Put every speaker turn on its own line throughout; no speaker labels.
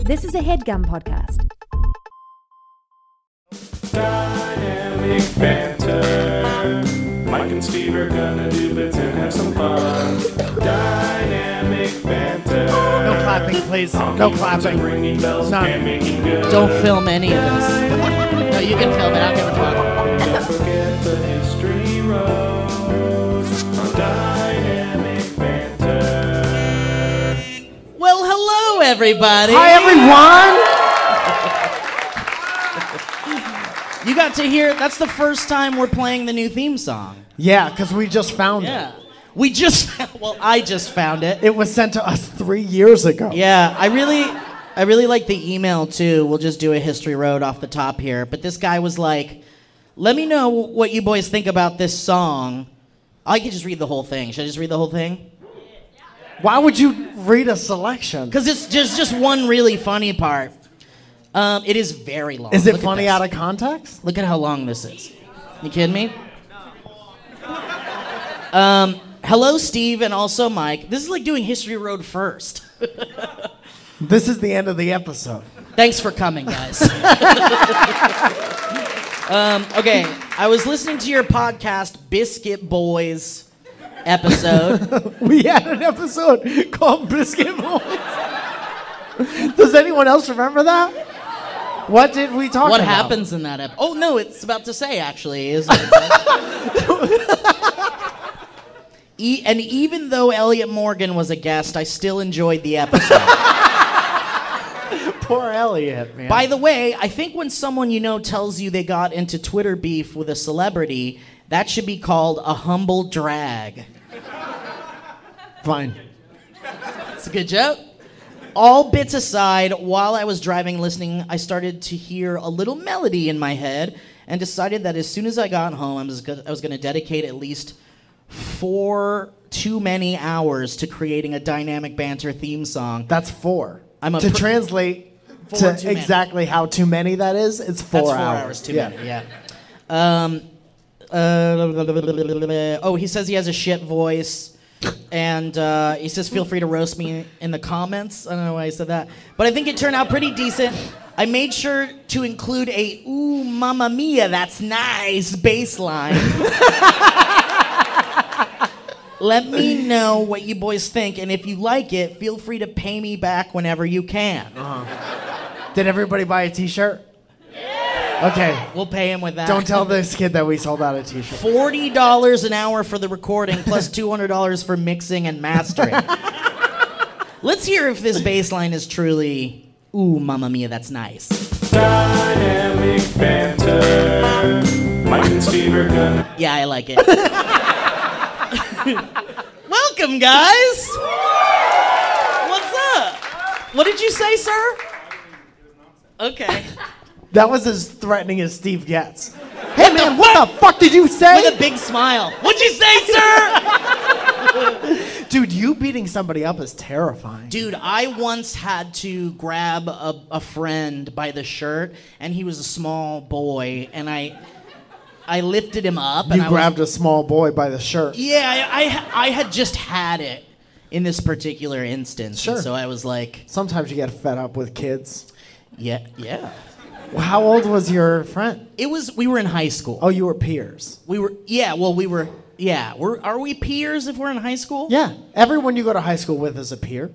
This is a headgum podcast.
Dynamic banter. Mike and Steve are gonna do bits and have some fun. Dynamic banter.
No clapping, please. No clapping.
Ringing bells
None.
and making good.
Don't film any of this. No, you can film it. I don't give a fuck.
Don't forget the history road on Dynamic banter.
Well, hello, everybody.
Hi, everyone.
You got to hear. That's the first time we're playing the new theme song.
Yeah, because we just found
Yeah. We just. Well, I just found
it.
it.
It was sent to us three years ago.
Yeah. I really. I really like the email too. We'll just do a history road off the top here. But this guy was like, "Let me know what you boys think about this song." I could just read the whole thing. Should I just read the whole thing?
Why would you read a selection?
Because it's just just one really funny part. Um, it is very long.
Is it
Look at
funny
this.
out of context?
Look at how long this is. You kidding me? Um, hello, Steve, and also Mike. This is like doing History Road first.
This is the end of the episode.
Thanks for coming, guys. um, okay, I was listening to your podcast, Biscuit Boys episode.
We had an episode called Brisket Boys. Does anyone else remember that? What did we talk
what
about?
happens in that episode? Oh, no, it's about to say, actually. Is what it says. E- and even though Elliot Morgan was a guest, I still enjoyed the episode.
Poor Elliot, man.
By the way, I think when someone you know tells you they got into Twitter beef with a celebrity, that should be called a humble drag.
Fine.
It's a good joke. All bits aside, while I was driving listening, I started to hear a little melody in my head and decided that as soon as I got home, I was go- I was going to dedicate at least four too many hours to creating a dynamic banter theme song.
That's four.
I'm a
to
pr-
translate
Four
to
too many.
exactly how too many that is. It's four
That's four
hours.
hours, too many. Yeah. Um, uh, oh, he says he has a shit voice, and uh, he says feel free to roast me in the comments. I don't know why he said that, but I think it turned out pretty decent. I made sure to include a "Ooh, Mamma Mia, that's nice" bass line. Let me know what you boys think, and if you like it, feel free to pay me back whenever you can.
Uh-huh. Did everybody buy a T-shirt? Okay.
We'll pay him with that.
Don't tell this kid that we sold out a T-shirt.
Forty dollars an hour for the recording, plus two hundred dollars for mixing and mastering. Let's hear if this bass line is truly "Ooh, Mamma Mia, that's nice."
Dynamic banter. Mike and Steve are gonna.
Yeah, I like it. Welcome, guys. What's up? What did you say, sir? Okay.
That was as threatening as Steve gets. Hey man, what the fuck did you say?
With a big smile. What'd you say, sir?
Dude, you beating somebody up is terrifying.
Dude, I once had to grab a, a friend by the shirt, and he was a small boy, and I, I lifted him up. and
you
I
grabbed
Was, E
a small boy by the shirt.
yeah, I, I, I had just had it in this particular instance, and
Sure.
so I was like,
Sometimes you get fed up with kids.
yeah, yeah.
Well, How old was your friend?
It was. We were in high school.
Oh, you were peers.
We were. Yeah. Well, we were. Yeah. We're. Are we peers if we're in high school?
Yeah, everyone you go to high school with is a peer.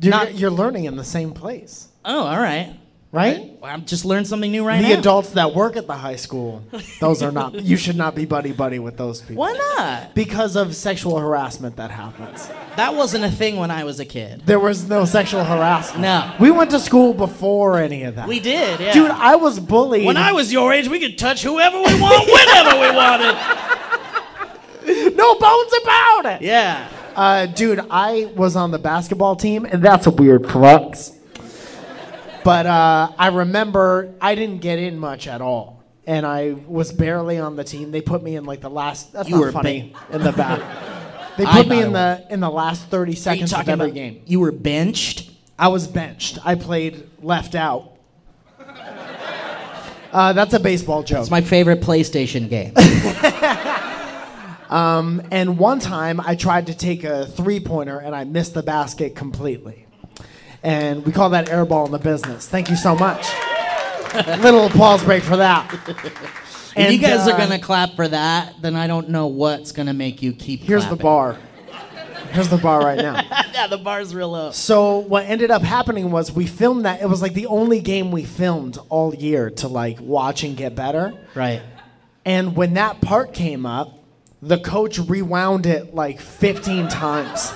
You're,
Not-
you're learning in the same place,
Oh, all right.
right?
Well, I'm just learned something new right
The
now.
adults that work at the high school, those are not. You should not be buddy buddy with those people.
Why not?
Because of sexual harassment that happens.
That wasn't a thing when I was a kid.
There was no sexual harassment.
No.
We went to school before any of that.
We did. Yeah.
Dude, I was bullied.
When I was your age, we could touch whoever we want, whenever we wanted.
no bones about it.
Yeah.
Uh, dude, I was on the basketball team, and that's a weird flux. But uh, I remember I didn't get in much at all, and I was barely on the team. They put me in like the last. That's
You
not
were
funny in the back. They
I
put me
thought
in
it
the in the last thirty seconds of every game.
You were benched.
I was benched. I played left out. Uh, that's a baseball joke.
It's my favorite PlayStation game.
And one time I tried to take a three pointer and I missed the basket completely. And we call that airball in the business. Thank you so much. Little applause break for that.
If you guys
uh,
are gonna clap for that, then I don't know what's gonna make you keep.
Here's the
clapping.
bar. Here's the bar right now.
yeah, the bar's real low.
So what ended up happening was we filmed that. It was like the only game we filmed all year to like watch and get better.
Right.
And when that part came up, the coach rewound it like 15 times.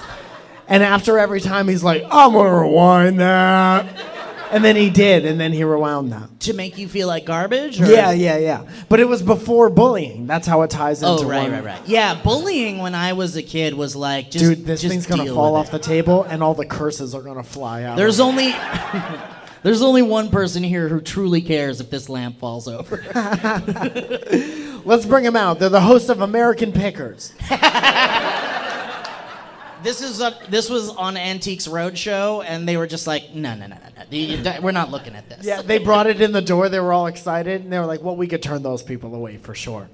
And after every time, he's like, I'm gonna rewind that. And then he did, and then he rewound that.
To make you feel like garbage? Or?
Yeah, yeah, yeah. But it was before bullying. That's how it ties into
Oh, right,
one.
right, right. Yeah, bullying when I was a kid was like just.
Dude, this
just
thing's gonna
deal
fall
with
off
it.
the table, and all the curses are gonna fly out.
There's only. There's only one person here who truly cares if this lamp falls over.
Let's bring them out. They're the host of American Pickers.
This is a, this was on Antiques Roadshow, and they were just like, no, no, no, no, no, You- you- we're not looking at this.
Yeah, they brought it in the door. They were all excited, and they were like, "Well, we could turn those people away for sure."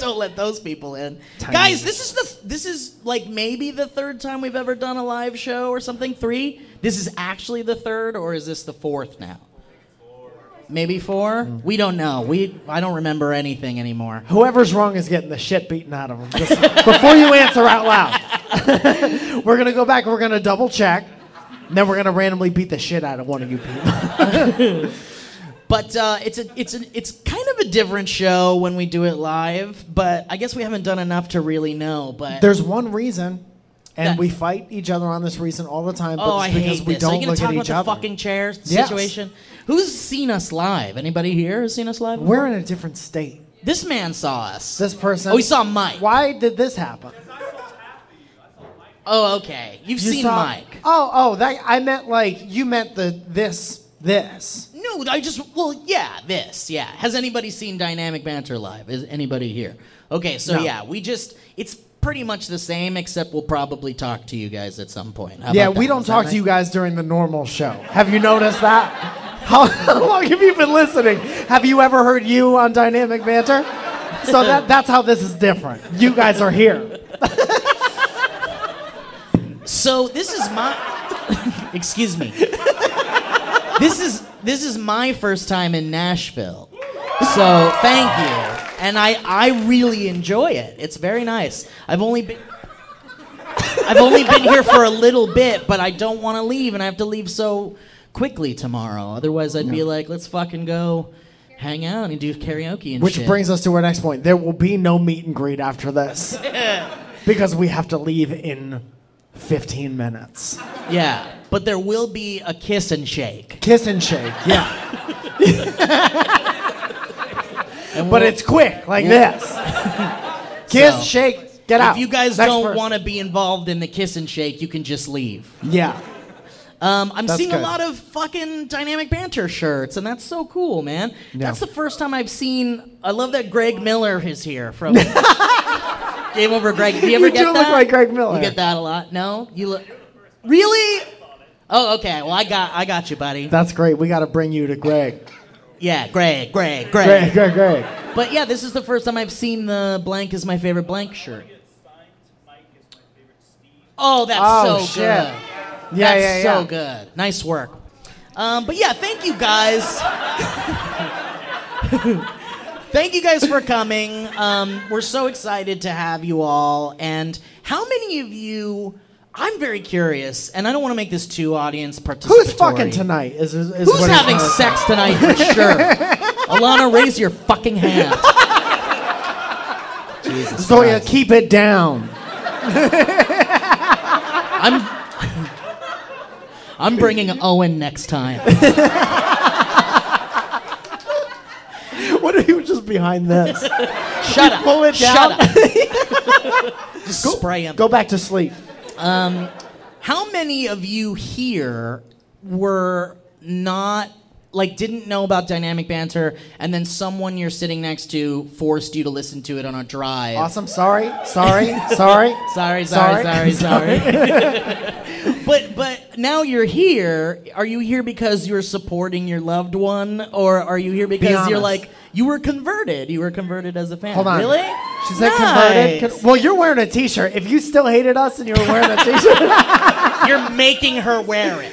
Don't let those people in.
Tiny.
Guys, this is the this is like maybe the third time we've ever done a live show or something. Three. This is actually the third, or is this the fourth now? Maybe four.
Mm.
We don't know. We I don't remember anything anymore.
Whoever's wrong is getting the shit beaten out of them. Just before you answer out loud, we're gonna go back. We're gonna double check. And then we're gonna randomly beat the shit out of one of you people.
But uh, it's a it's a it's kind of a different show when we do it live. But I guess we haven't done enough to really know. But
There's one reason, and
That-
we fight each other on this reason all the time. But
oh, I
it's because
hate
we
this. Are
don't
you gonna
look
talk
at
about
each
the
other.
fucking chair
Yes.
situation? Who's seen us live? Anybody here has seen us live?
We're in a different state.
This man saw us.
This person.
Oh, he saw Mike.
Why did this happen?
Oh, okay. You've
You
seen
saw-
Mike.
Oh, oh, that I meant like you meant the this this.
No, I just well, yeah, this, yeah. Has anybody seen Dynamic Banter live? Is anybody here? Okay, so
No.
yeah, we just it's pretty much the same except we'll probably talk to you guys at some point. How
yeah,
about
we
that?
don't
Is that
talk
nice?
to you guys during the normal show. Have you noticed that? How, how long have you been listening? Have you ever heard you on Dynamic Banter? So that, that's how this is different. You guys are here.
So this is my Excuse me. this is this is my first time in Nashville. So, thank you. And I I really enjoy it. It's very nice. I've only been I've only been here for a little bit, but I don't want to leave and I have to leave so quickly tomorrow. Otherwise, I'd be like, let's fucking go hang out and do karaoke and
Which
shit.
brings us to our next point. There will be no meet and greet after this because we have to leave in 15 minutes.
Yeah. But there will be a kiss and shake.
Kiss and shake, yeah.
And
But
we'll-
it's quick, like this. Kiss,
So,
shake, get out.
If you guys
Next
don't
person.
want to be involved in the kiss and shake, you can just leave.
Yeah.
Um, I'm
That's
seeing
good.
a lot of fucking dynamic banter shirts, and that's so cool, man. That's the first time I've seen. I love that Greg Miller is here from Game Over Greg. Do you ever
You
get
do look
that?
like Greg Miller.
You get that a lot? No, you look really. Oh, okay. Well, I got, I got you, buddy.
That's great. We got to bring you to Greg.
Yeah, Greg, Greg, Greg.
Greg, Greg, Greg.
But yeah, this is the first time I've seen the blank is my favorite blank shirt. Oh, that's
Oh,
so
shit.
good.
Yeah,
That's
yeah,
so
yeah.
good. Nice work. Um, but yeah, thank you guys. thank you guys for coming. Um, we're so excited to have you all. And how many of you? I'm very curious, and I don't want to make this too audience participatory.
Who's fucking tonight? Is, is, is
Who's
what it's
having
called.
sex tonight for sure? Alana, raise your fucking hand. Jesus
Zoya,
Christ.
keep it down.
I'm. I'm bringing Owen next time.
What if he was just behind this?
Shut up.
pull it
Shut
down.
up. Just spray him.
Go back to sleep.
How many of you here were not like didn't know about dynamic banter, and then someone you're sitting next to forced you to listen to it on a drive?
Awesome. Sorry. Sorry. Sorry.
Sorry, sorry, sorry, sorry. but but now you're here. Are you here because you're supporting your loved one, or are you here because you're
honest.
like you were converted? You were converted as a fan.
Hold on.
Really?
She said
Nice.
converted. Con- well, you're wearing a T-shirt. If you still hated us and you were wearing a T-shirt,
You're making her wear it.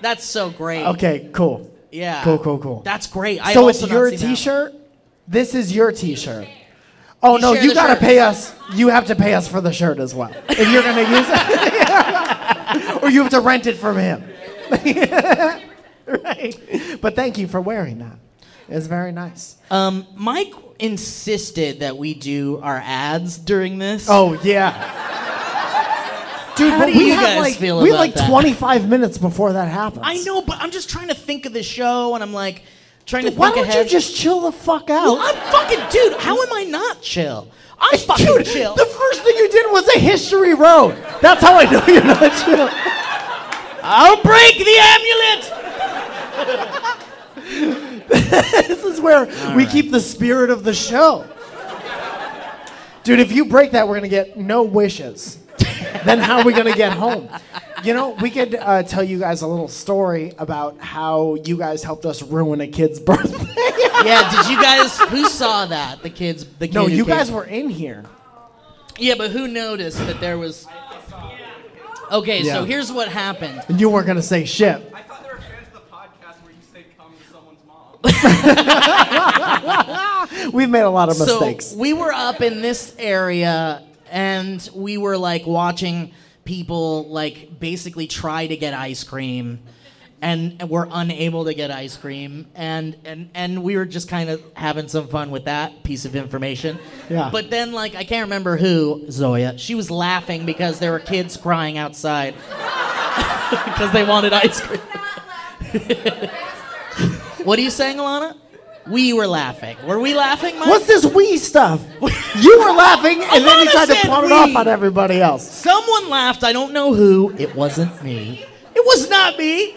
That's so great.
okay, cool.
Yeah.
Cool, cool, cool.
That's great. I
so
also
it's
not
your
seen that.
T-shirt. This is your T-shirt. Oh
You
no,
share
you
the
gotta
shirts.
pay us. You have to pay us for the shirt as well if you're gonna use it, or you have to rent it from him. right. But thank you for wearing that. It's very nice.
Um, Mike insisted that we do our ads during this.
Oh yeah. Dude,
How
but
do
we
you
had
guys
like
feel
we had
about
like
that?
25 minutes before that happens.
I know, but I'm just trying to think of the show, and I'm like trying to think
Dude, why don't
ahead.
you just chill the fuck out?
Well, I'm fucking dude. How am I not chill? I'm fucking
Dude,
chill.
the first thing you did was a history road. That's how I know you're not chill.
I'll break the amulet.
This is where we keep the spirit of the show. Dude, if you break that, we're gonna get no wishes. then how are we gonna get home? You know, we could uh, tell you guys a little story about how you guys helped us ruin a kid's birthday.
yeah. Did you guys? Who saw that? The kids. The kid
no,
who
you
came-
guys were in here.
Yeah, but who noticed that there was? Okay, so
Yeah.
here's what happened.
And you weren't gonna say shit.
I thought there were fans of the podcast where you say come to someone's mom.
We've made a lot of mistakes.
So we were up in this area and we were like watching people like basically try to get ice cream and we're unable to get ice cream and and and we were just kind of having some fun with that piece of information.
Yeah.
But then like I can't remember who, Zoya, she was laughing because there were kids crying outside because they wanted ice cream. what are you saying, Alana? We were laughing. Were we laughing, Mike?
What's this we stuff? You were laughing, and then you
Alana
tried to
said
pawn it
we.
off on everybody else.
Someone laughed. I don't know who. It wasn't me. It was not me.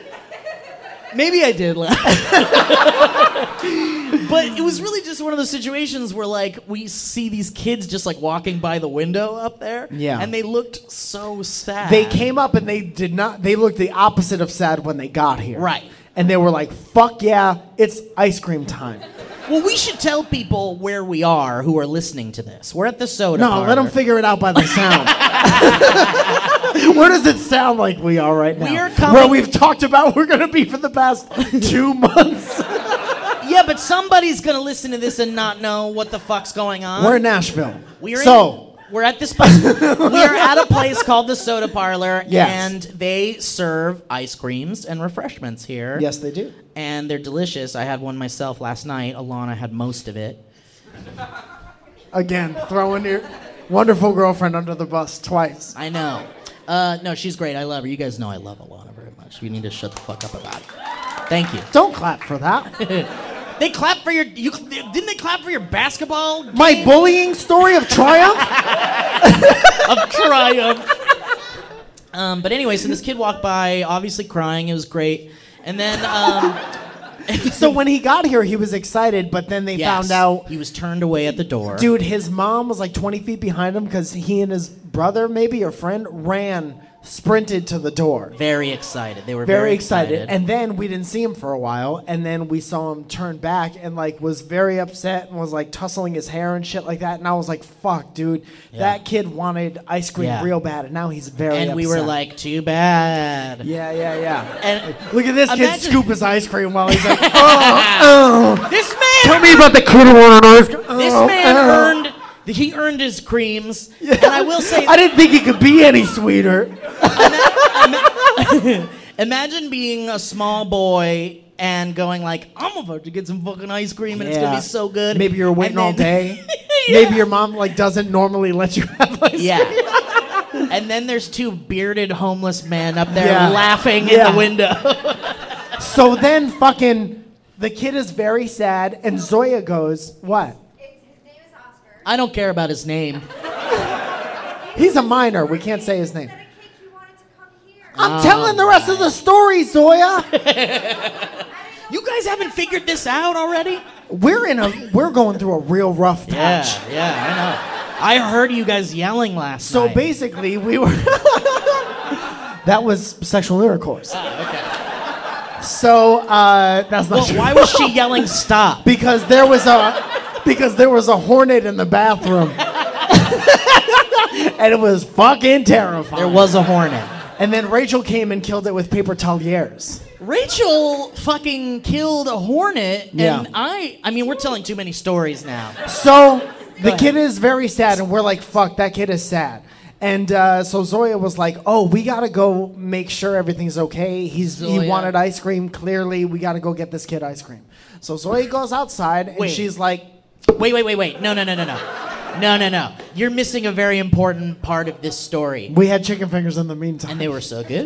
Maybe I did laugh. but it was really just one of those situations where like we see these kids just like walking by the window up there.
Yeah.
And they looked so sad.
They came up and they did not. They looked the opposite of sad when they got here.
Right.
And they were like, "Fuck yeah, it's ice cream time."
Well, we should tell people where we are who are listening to this. We're at the soda.
No,
parlor.
let them figure it out by the sound. Where does it sound like we are right now?
We are coming-
Where we've talked about we're gonna be for the past two months.
Uh-huh. Yeah, but somebody's gonna listen to this and not know what the fuck's going on.
we're in Nashville.
We are
so
in, we're at this place. we are at a place called the Soda Parlor,
Yes.
and they serve ice creams and refreshments here.
yes, they do.
and they're delicious. I had one myself last night. Alana had most of it.
Again, throwing your wonderful girlfriend under the bus twice.
I know. Uh, no, she's great. I love her. You guys know I love Alana very much. You need to shut the fuck up about it. Thank you.
Don't clap for that.
They clap for your. You didn't they clap for your basketball
My bullying story of triumph?
of triumph. Um, but anyway, so this kid walked by, obviously crying. It was great. And then um,
so when he got here, he was excited, but then they
yes,
found out,
he was turned away at the door.
dude, his mom was like 20 feet behind him because he and his brother, maybe or friend, ran, sprinted to the door.
very excited. They were very,
Very excited. And then we didn't see him for a while, and then we saw him turn back and like was very upset and was like tussling his hair and shit like that. And I was like, fuck, dude, that kid wanted ice cream
Yeah.
real bad, and now he's very
And we were
upset.
like, too bad.
yeah, yeah, yeah.
And
Look at this kid
Imagine-
scoop his ice cream while he's like,
this man,
Tell me about the kid who wanted ice cream.
this man earned. He earned his creams. And I will say,
I didn't think it could be any sweeter.
imagine being a small boy and going like, I'm about to get some fucking ice cream and it's gonna
Yeah.
be so good.
Maybe you're
And
waiting all
then-
day.
Yeah.
Maybe your mom like doesn't normally let you have ice.
Yeah. and then there's two bearded homeless men up there
Yeah.
laughing in
Yeah.
the window.
So then fucking the kid is very sad and Zoya goes, "What?
It's, his name is Oscar.
I don't care about his name.
He's a minor. We can't say his
He
name."
said a kid he wanted to come here.
I'm telling the rest of the story, Zoya.
You guys haven't figured this out already?
We're in a we're going through a real rough patch.
yeah, I know. I heard you guys yelling last
So
night.
basically, we were That was sexual intercourse.
okay.
So uh, that's not
Well,
true.
why was she yelling stop?
because there was a because there was a hornet in the bathroom. and it was fucking terrifying.
There was a hornet.
And then Rachel came and killed it with paper toliers.
Rachel fucking killed a hornet, and
Yeah.
I, I mean, we're telling too many stories now.
So the
ahead.
kid is very sad, and we're like, fuck, that kid is sad. And uh, so Zoya was like, oh, we gotta go make sure everything's okay. He's
Zoya.
he wanted ice cream. Clearly, we gotta go get this kid ice cream. So Zoya goes outside, and
Wait.
she's like,
Wait, wait, wait, wait. No, no, no, no, no. No, no, no. You're missing a very important part of this story.
we had chicken fingers in the meantime.
And they were so good.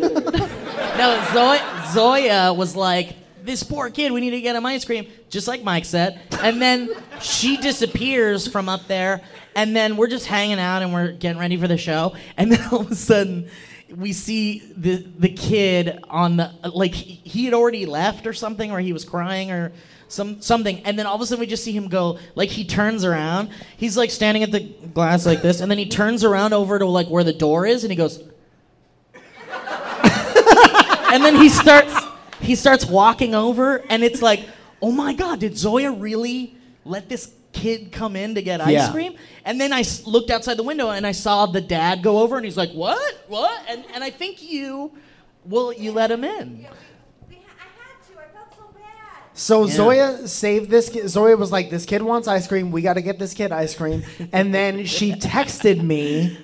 no, Zoya, Zoya was like, this poor kid, we need to get him ice cream, just like Mike said. And then she disappears from up there, and then we're just hanging out and we're getting ready for the show. And then all of a sudden, we see the the kid on the like he he had already left or something, or he was crying or some something. And then all of a sudden, we just see him go like he turns around. He's like standing at the glass like this, and then he turns around over to like where the door is, and he goes and then he starts he starts walking over and it's like oh my god did zoya really let this kid come in to get ice
Yeah.
cream and then i s- looked outside the window and i saw the dad go over and he's like what what and, and i think you well you let him in
Yeah, we, we ha- I had to. I felt so bad.
So
Yeah.
Zoya saved this kid. Zoya was like, this kid wants ice cream. We gotta get this kid ice cream. And then she texted me.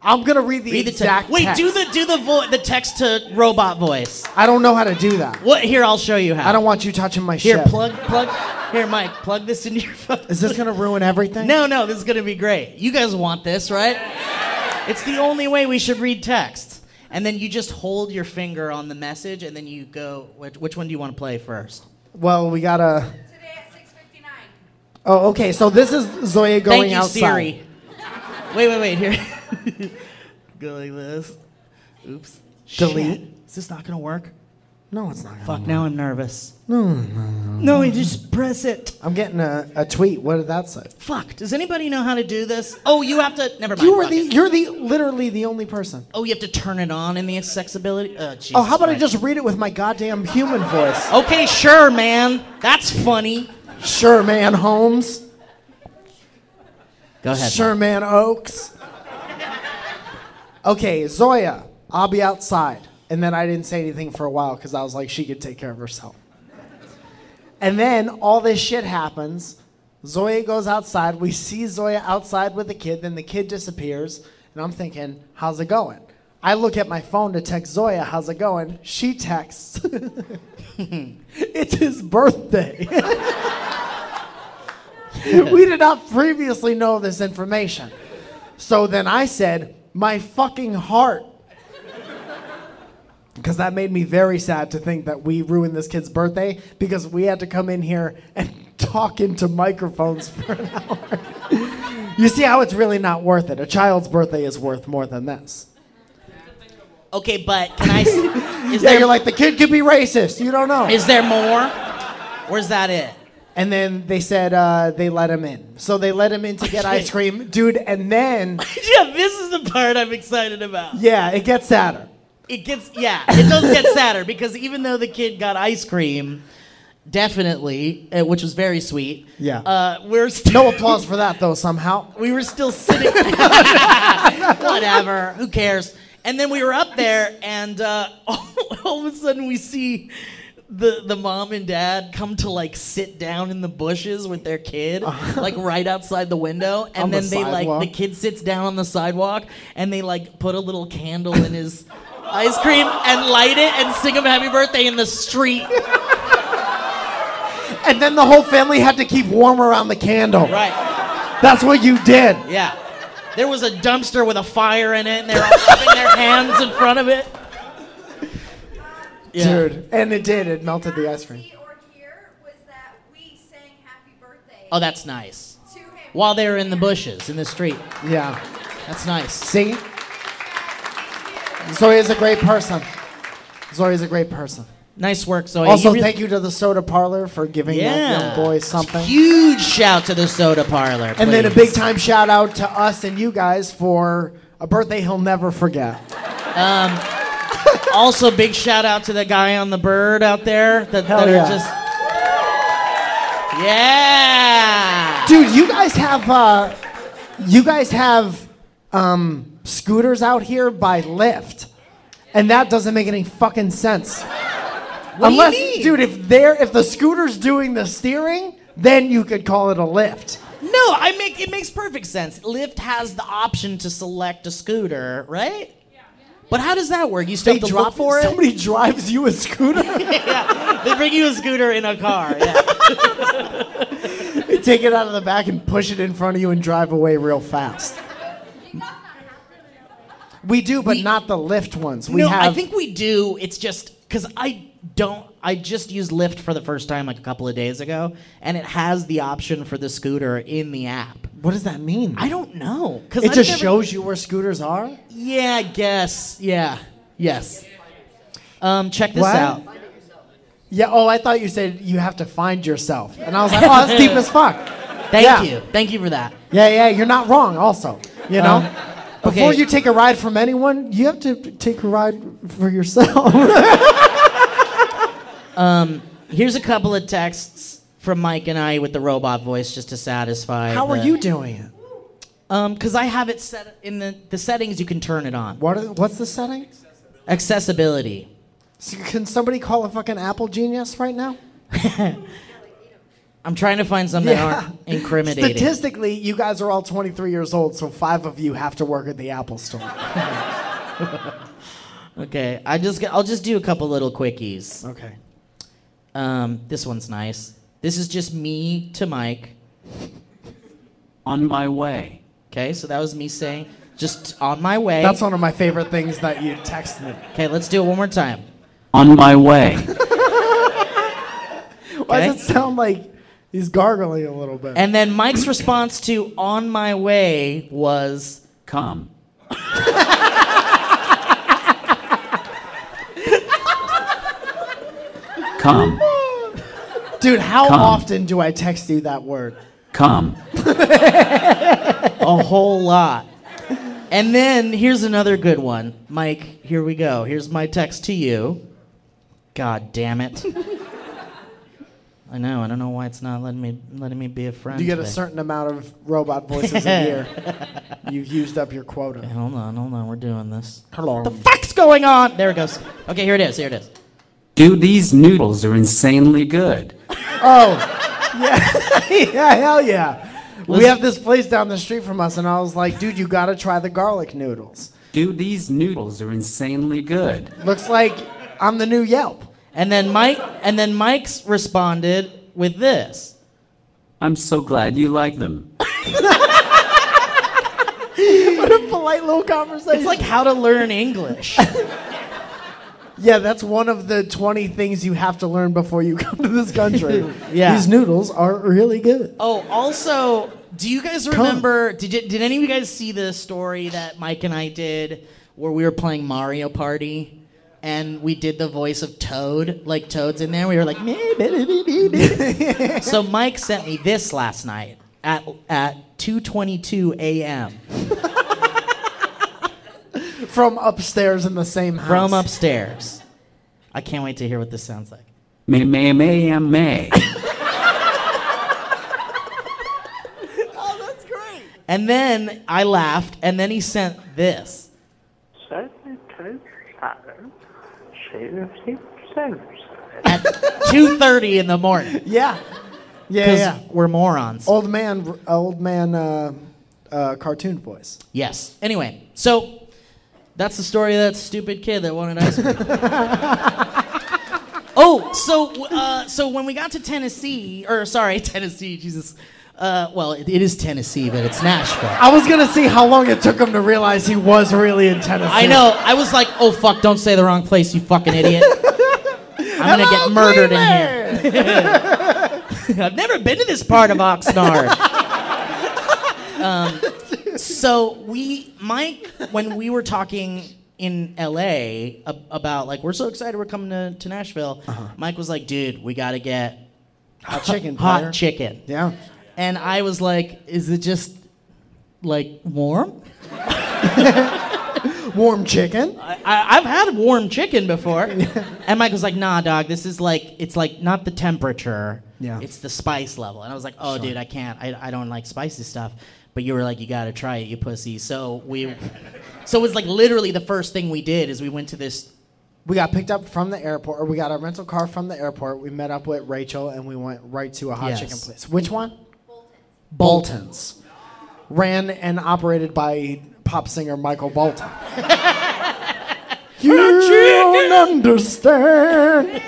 I'm gonna read the
Read the
exact
text. wait
text.
do the do the vo- the text to robot voice
I don't know how to do that.
what here i'll show you how
I don't want you touching my
here
shit.
plug plug here mike plug this in your phone
Is this gonna ruin everything?
No, no, this is gonna be great. You guys want this, right? It's the only way we should read text. And then you just hold your finger on the message, and then you go. Which, which one do you want to play first?
Well, we gotta.
Today at 6:59.
Oh, okay. So this is Zoya
Thank
going
you,
outside.
Siri. Wait, wait, wait. Here, go like this. Oops.
Delete.
Shit. Is this not gonna work?
No, it's not. gonna-
Fuck. Now I'm nervous. No, no, no. No, you just press it.
I'm getting a, a tweet. What did that say?
Fuck. Does anybody know how to do this? Oh, you have to. Never mind.
You were
fuck
the.
it.
You're the literally the only person.
Oh, you have to turn it on in the accessibility. Oh, Jesus
Oh, how about I
Christ.
just read it with my goddamn human voice?
Okay, sure, man. That's funny.
Sure, man, Holmes.
Go ahead.
Sure, man, Oaks. Okay, Zoya. I'll be outside. And then I didn't say anything for a while because I was like, she could take care of herself. And then all this shit happens. Zoya goes outside. We see Zoya outside with the kid. Then the kid disappears. And I'm thinking, how's it going? I look at my phone to text Zoya, how's it going? She texts, it's his birthday. we did not previously know this information. So then I said, my fucking heart. Because that made me very sad to think that we ruined this kid's birthday because we had to come in here and talk into microphones for an hour. you see how it's really not worth it. A child's birthday is worth more than this.
Okay, but can I? s- Is
Yeah,
there
you're like, the kid could be racist. You don't know.
is there more? Or is that it?
And then they said uh, they let him in. So they let him in to get ice cream, dude. And then,
yeah, this is the part I'm excited about.
yeah, it gets sadder.
It gets yeah, it does get sadder because even though the kid got ice cream, definitely, uh, which was very sweet.
Yeah.
Uh, we're still
No applause for that though. Somehow.
we were still sitting. Whatever. Who cares? And then we were up there, and uh, all, all of a sudden we see the the mom and dad come to like sit down in the bushes with their kid, like right outside the window. And
Uh-huh. On the
then they
sidewalk.
like the kid sits down on the sidewalk, and they like put a little candle in his ice cream and light it and sing him happy birthday in the street.
And then the whole family had to keep warm around the candle.
Right.
That's what you did.
Yeah. There was a dumpster with a fire in it, and they're all rubbing their hands in front of it.
Dude. And it did. It melted the ice cream.
See or hear was that we sang happy birthday
Oh, that's nice.
to him.
While they were in the bushes, in the street.
Yeah.
That's nice.
See? Zoya's a great person. Zoya's a great person.
Nice work, Zoe.
Also,
really-
thank you to the soda parlor for giving that young boy something.
Huge shout to the soda parlor.
And then a
please.
big time shout out to us and you guys for a birthday he'll never forget.
also, big shout out to the guy on the bird out there that,
Hell
that
yeah.
are just. Yeah.
Dude, you guys have uh, you guys have um, scooters out here by Lyft, and that doesn't make any fucking sense.
What do you
Unless,
mean?
dude, if they're if the scooter's doing the steering, then you could call it a Lyft.
No, I make it makes perfect sense. Lyft has the option to select a scooter, right? But how does that work? You still
They
have to
drop
look for it.
Somebody drives you a scooter.
yeah, they bring you a scooter in a car. Yeah.
they take it out of the back and push it in front of you and drive away real fast. We do, but
We-
not the Lyft ones. We
no,
have.
I think we do. It's just because I don't. I just used Lyft for the first time like a couple of days ago, and it has the option for the scooter in the app.
what does that mean?
I don't know because
it just shows you where scooters are.
Yeah, I guess. Yeah, yes. Um, check this
What?
out.
Yeah. Oh, I thought you said you have to find yourself, and I was like, oh, that's deep as fuck.
Thank
Yeah.
you. Thank you for that.
Yeah, yeah. You're not wrong. Also, you know,
Um,
before
okay.
you take a ride from anyone, you have to take a ride for yourself.
Here's a couple of texts from Mike and I with the robot voice just to satisfy.
How are
the-
you doing it?
Um, because I have it set in the the settings. You can turn it on.
What? Are, what's the setting?
Accessibility.
So can somebody call a fucking Apple genius right now?
I'm trying to find something that aren't incriminating.
Statistically, you guys are all 23 years old, so five of you have to work at the Apple store.
okay, I just I'll just do a couple little quickies.
Okay.
Um, this one's nice. This is just me to Mike.
On my way.
Okay, so that was me saying just on my way.
That's one of my favorite things that you text me.
okay, let's do it one more time.
On my way.
Why does
Okay.
it sound like he's gargling a little bit?
And then Mike's response to on my way was
Come. Come.
Dude, how
Come.
often do I text you that word?
Come.
a whole lot. And then here's another good one. Mike, here we go. Here's my text to you. God damn it. I know. I don't know why it's not letting me letting me be a friend.
You get a
today.
certain amount of robot voices a year. You've used up your quota.
Hold on, hold on. We're doing this.
Hello.
The fuck's going on? There it goes. Okay, here it is. Here it is.
Dude, these noodles are insanely good.
Oh, yeah, yeah, hell yeah. We have this place down the street from us, and I was like, dude, you gotta try the garlic noodles.
Dude, these noodles are insanely good.
Looks like I'm the new Yelp.
And then Mike and then Mike's responded with this.
I'm so glad you like them.
What a polite little conversation.
It's like how to learn English.
yeah, that's one of the 20 things you have to learn before you come to this country.
Yeah.
These noodles are really good.
Oh, also, do you guys remember? Did you, did any of you guys see the story that Mike and I did where we were playing Mario Party? And we did the voice of Toad, like Toad's in there. We were like, "Meh, meh, meh, meh, meh, meh." so Mike sent me this last night at at 2:22 a.m.
From upstairs in the same house.
from upstairs. I can't wait to hear what this sounds like.
May, may, may, am, may.
And then I laughed, and then he sent this. at 2:30 in the morning
Yeah. Yeah,
because
yeah.
we're morons.
Old man, old man, uh, uh, cartoon voice.
Yes. Anyway, so that's the story of that stupid kid that wanted ice cream. oh, so uh, so when we got to Tennessee, or sorry, Tennessee, Jesus. Uh, well, it, it is Tennessee, but it's Nashville.
I was gonna see how long it took him to realize he was really in Tennessee.
I know. I was like, oh fuck, don't say the wrong place, you fucking idiot. I'm gonna get murdered in here. I've never been to this part of Oxnard. um, so we, Mike, when we were talking in LA ab- about like we're so excited we're coming to, to Nashville, Mike was like, dude, we gotta get
Hot chicken.
hot
player.
chicken.
Yeah.
And I was like, is it just like warm?
warm chicken.
I, I, I've had warm chicken before. and Michael's like, nah, dog, this is like, it's like not the temperature.
Yeah.
It's the spice level. And I was like, oh, dude, I can't. I, I don't like spicy stuff. But you were like, you gotta try it, you pussy. So we, so it was like literally the first thing we did is we went to this.
We got picked up from the airport, or we got a rental car from the airport. We met up with Rachel, and we went right to a hot
Yes.
chicken place. Which one?
Bolton.
Bolton's. Ran and operated by pop singer Michael Bolton. you don't understand.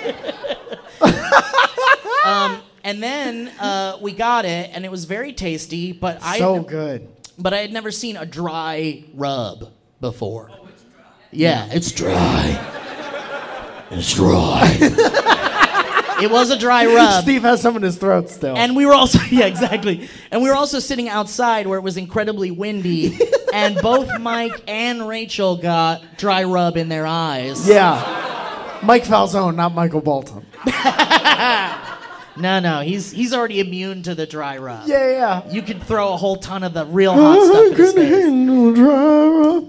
And then uh, we got it, and it was very tasty. But I
so good.
but I had never seen a dry rub before.
Oh,
Yeah, it's dry. It's dry. it was a dry rub.
Steve has some in his throat still.
And we were also yeah, exactly. And we were also sitting outside where it was incredibly windy and both Mike and Rachel got dry rub in their eyes.
yeah. Mike Falzone, not Michael Bolton.
No, no, he's he's already immune to the dry rub.
Yeah, Oh, yeah.
You could throw a whole ton of the real hot stuff in his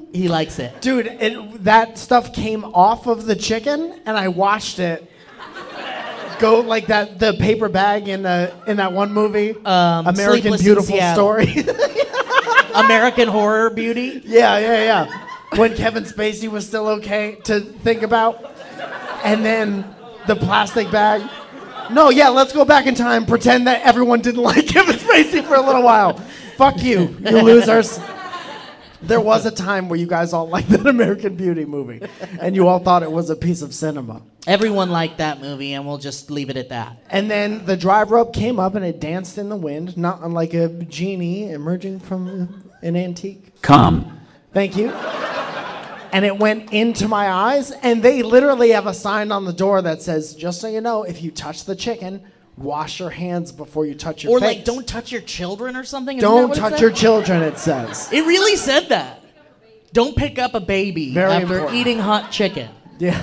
face. He likes it.
Dude, it, that stuff came off of the chicken, and I watched it go like that. The paper bag in the in that one movie, um, American
Sleepless in
Beautiful
Seattle.
Story.
American horror beauty.
yeah, yeah, yeah. When Kevin Spacey was still okay to think about, and then the plastic bag. No, yeah, let's go back in time. Pretend that everyone didn't like Kevin Spacey for a little while. Fuck you, you losers. There was a time where you guys all liked that American Beauty movie, and you all thought it was a piece of cinema.
Everyone liked that movie, and we'll just leave it at that.
And then the dry rope came up and it danced in the wind, not unlike a genie emerging from an antique.
Come.
Thank you. And it went into my eyes, and they literally have a sign on the door that says, "Just so you know, if you touch the chicken, wash your hands before you touch your
Or
face."
like, don't touch your children or something. Isn't that
don't
what it
touch
said?
your children." It says,
It really said that. Don't pick up a baby
Very
after
important.
eating hot chicken.
"Yeah,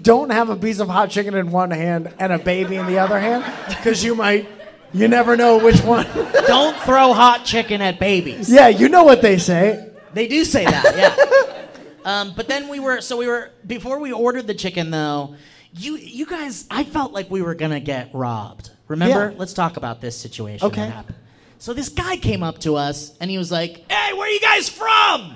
don't have a piece of hot chicken in one hand and a baby in the other hand, because you might, you never know which one."
Don't throw hot chicken at babies.
yeah, you know what they say.
They do say that, yeah. um, but then we were so we were before we ordered the chicken though. You you guys, I felt like we were gonna get robbed. Remember?
Yeah.
Let's talk about this situation
Okay.
that happened. So this guy came up to us and he was like, "Hey, where you guys from?"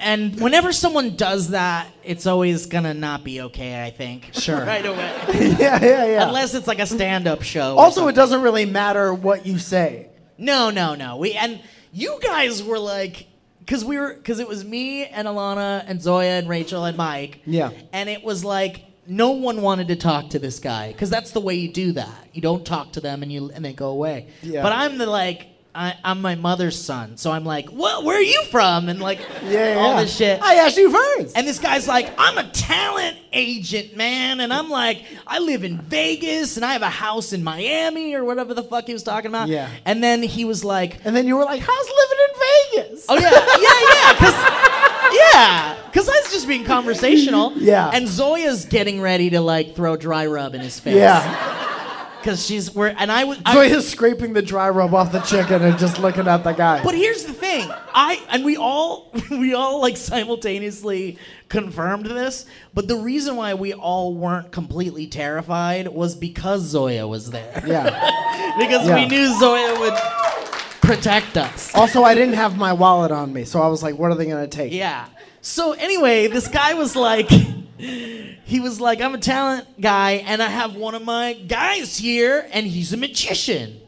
And whenever someone does that, it's always gonna not be okay. I think.
Sure.
right away.
Yeah, yeah, yeah.
Unless it's like a stand-up show. or
also, it doesn't really matter what you say.
No, no, no. We and you guys were like, because we were, because it was me and Alana and Zoya and Rachel and Mike.
Yeah.
And it was like no one wanted to talk to this guy because that's the way you do that. You don't talk to them and you and they go away.
Yeah.
But I'm the like. I, I'm my mother's son, so I'm like, what? Where are you from? And like,
Yeah,
all
yeah.
this shit.
I asked you first.
And this guy's like, I'm a talent agent, man. And I'm like, I live in Vegas and I have a house in Miami or whatever the fuck he was talking about.
Yeah.
And then he was like,
And then you were like, "How's living in Vegas?"
Oh yeah, yeah, yeah, because yeah, because I was just being conversational.
Yeah.
And Zoya's getting ready to like throw dry rub in his face.
Yeah.
Because she's we're and I was.
So
I-
he's scraping the dry rub off the chicken and just looking at the guy.
But here's the thing, I and we all we all like simultaneously confirmed this. But the reason why we all weren't completely terrified was because Zoya was there.
yeah.
because
Yeah.
we knew Zoya would protect us.
Also, I didn't have my wallet on me, so I was like, "What are they gonna take?"
Yeah. So anyway, this guy was like, he was like, I'm a talent guy, and I have one of my guys here, and he's a magician.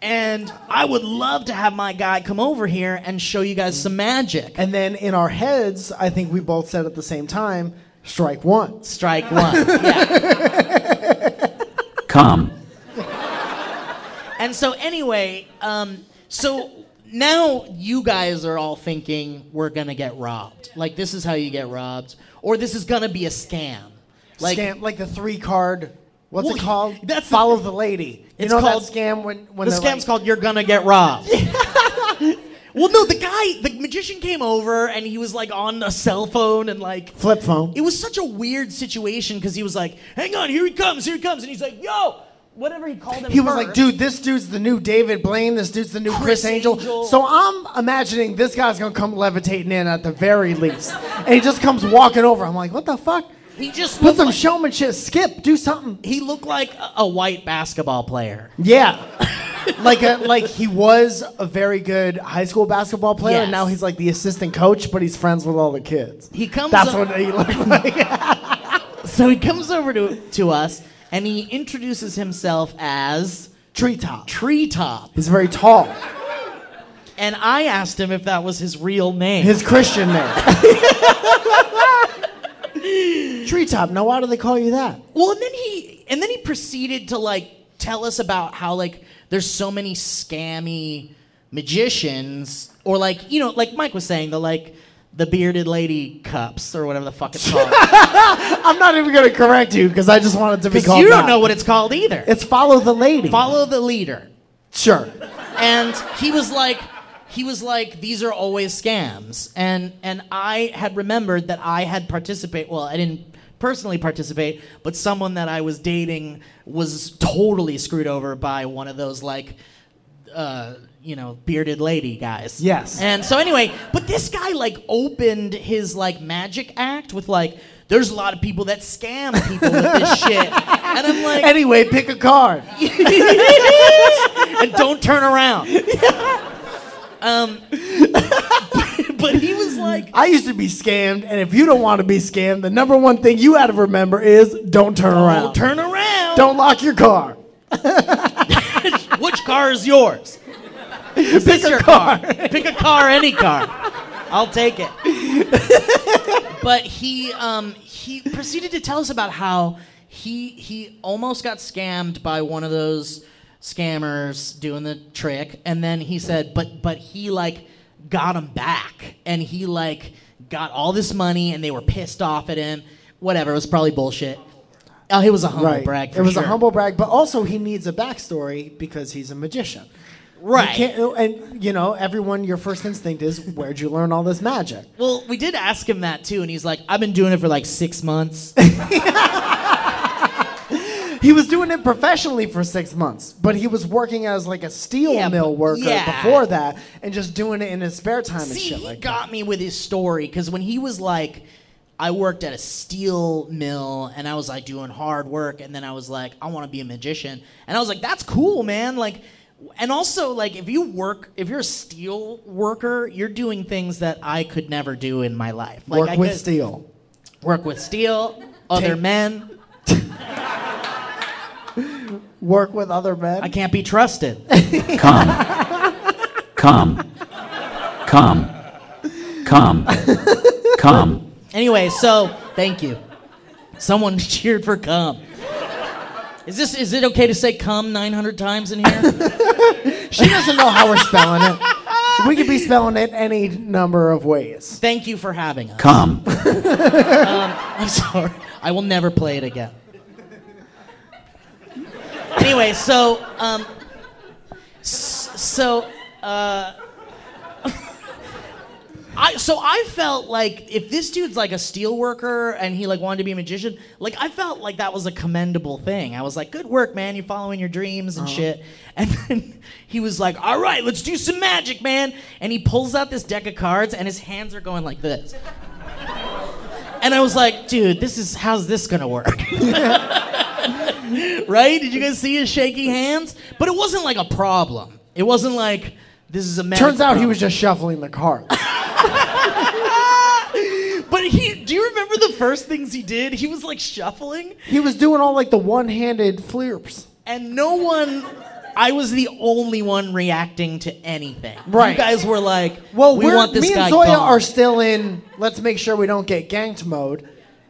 And I would love to have my guy come over here and show you guys some magic.
And then in our heads, I think we both said at the same time, "Strike one."
Strike one. Yeah.
Come.
And so anyway, um, so now you guys are all thinking we're gonna get robbed. Like this is how you get robbed, or this is gonna be a scam.
Like,
Like
scam, like the three card. What's it
Well,
called?
that's-
follow the lady. You
It's
know
called-
that scam when when
the
they're
scam's
like,
called "You're Gonna Get Robbed." well, no, the guy, the magician came over and he was like on a cell phone and like
flip phone.
it was such a weird situation because he was like, "Hang on, here he comes, here he comes," and he's like, "Yo, whatever he called him.
He was like,
first.
dude, this dude's the new David Blaine. This dude's the new Chris,
Chris
Angel.
Angel.
So I'm imagining this guy's gonna come levitating in at the very least, and he just comes walking over. I'm like, what the fuck?
He just
Put
looked
some
like,
showmanship. Skip. Do something.
he looked like a, a white basketball player.
Yeah. like a, like he was a very good high school basketball player, and now
Yes.
he's like the assistant coach, but he's friends with all the kids.
He comes
That's
up-
what he looked like.
So he comes over to to us and he introduces himself as
Treetop.
Treetop.
He's very tall.
And I asked him if that was his real name.
His Christian name. Treetop. Now, why do they call you that?
well, and then he and then he proceeded to like tell us about how like there's so many scammy magicians or like you know like Mike was saying the like the bearded lady cups or whatever the fuck it's called
I'm not even gonna correct you because I just wanted to be
because
called.
you don't
that.
know what it's called either.
It's follow the lady.
Follow the leader.
sure.
and he was like he was like these are always scams and and i had remembered that i had participate well i didn't personally participate but someone that i was dating was totally screwed over by one of those like uh, you know bearded lady guys
Yes.
and so anyway but this guy like opened his like magic act with like there's a lot of people that scam people with this shit and i'm like
Anyway, pick a card.
and don't turn around. Um, but he was like,
I used to be scammed, and if you don't want to be scammed, the number one thing you had to remember is don't turn
"Don't
around.
turn around.
Don't lock your car.
Which car is yours? Is this your car? Pick a car, any car. I'll take it. but he um, he proceeded to tell us about how he he almost got scammed by one of those scammers doing the trick, and then he said, but but he like got him back, and he like got all this money, and they were pissed off at him. Whatever, it was probably bullshit. Oh, he was a humble
Right.
brag. For
it was a
sure.
humble brag, but also he needs a backstory because he's a magician. You
right.
can't- and you know, everyone, your first instinct is, where'd you learn all this magic?
Well, we did ask him that too, and he's like, "I've been doing it for like six months."
He was doing it professionally for six months, but he was working as like a steel
Yeah,
mill
but-
worker
yeah.
before that, and just doing it in his spare time and
See,
shit
he
like that.
got me with his story because when he was like, "I worked at a steel mill," and I was like doing hard work, and then I was like, "I want to be a magician," and I was like, "That's cool, man!" Like, and also like if you work, if you're a steel worker, you're doing things that I could never do in my life. Like,
Work
I
with
could
steel.
Work with steel. Other
Take-
men.
Work with other men.
I can't be trusted.
Come. Come. Come. Come. Come.
Anyway, so thank you. Someone cheered for cum. Is this is it okay to say cum 900 times in here?
She doesn't know how we're spelling it. We could be spelling it any number of ways.
thank you for having us.
Come.
I'm sorry. I will never play it again. Anyway, so um s- so uh I, so I felt like if this dude's like a steel worker and he like wanted to be a magician, like I felt like that was a commendable thing. I was like, "Good work, man! You're following your dreams
Uh-huh.
and shit." And then he was like, "All right, let's do some magic, man!" And he pulls out this deck of cards, and his hands are going like this. And I was like, dude, this is how's this gonna work? right? Did you guys see his shaky hands? But it wasn't like a problem. It wasn't like this is a magic
Turns out he
problem.
was just shuffling the cards.
But he do you remember the first things he did? He was like shuffling
He was doing all like the one-handed flirps.
and no one I was the only one reacting to anything.
Right.
You guys were like,
Well,
we
we're-
want this
me
guy
and Zoya
gone.
are still in. Let's make sure we don't get ganked mode.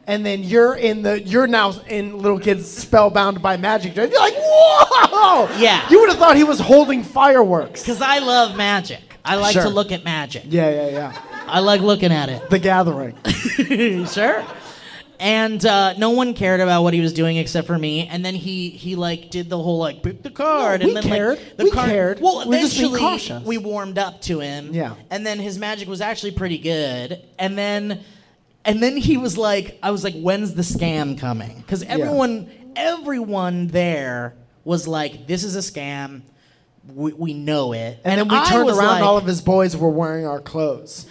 And then you're in the you're now in little kids spellbound by magic. You're like, whoa!
Yeah.
You would have thought he was holding fireworks.
Cuz I love magic. I like
Sure.
to look at magic.
Yeah, yeah, yeah.
I like looking at it.
The Gathering.
sure. And uh, no one cared about what he was doing except for me. And then he he like did the whole like pick the card.
No, we
and then
cared.
Like, the
We
card,
cared.
Well,
We're just being
eventually
cautious.
we warmed up to him.
Yeah.
And then his magic was actually pretty good. And then and then he was like, I was like, when's the scam coming? Because everyone everyone there was like, "This is a scam. We, we know it."
And, then we
I
turned
was
around,
like-
all of his boys were wearing our clothes.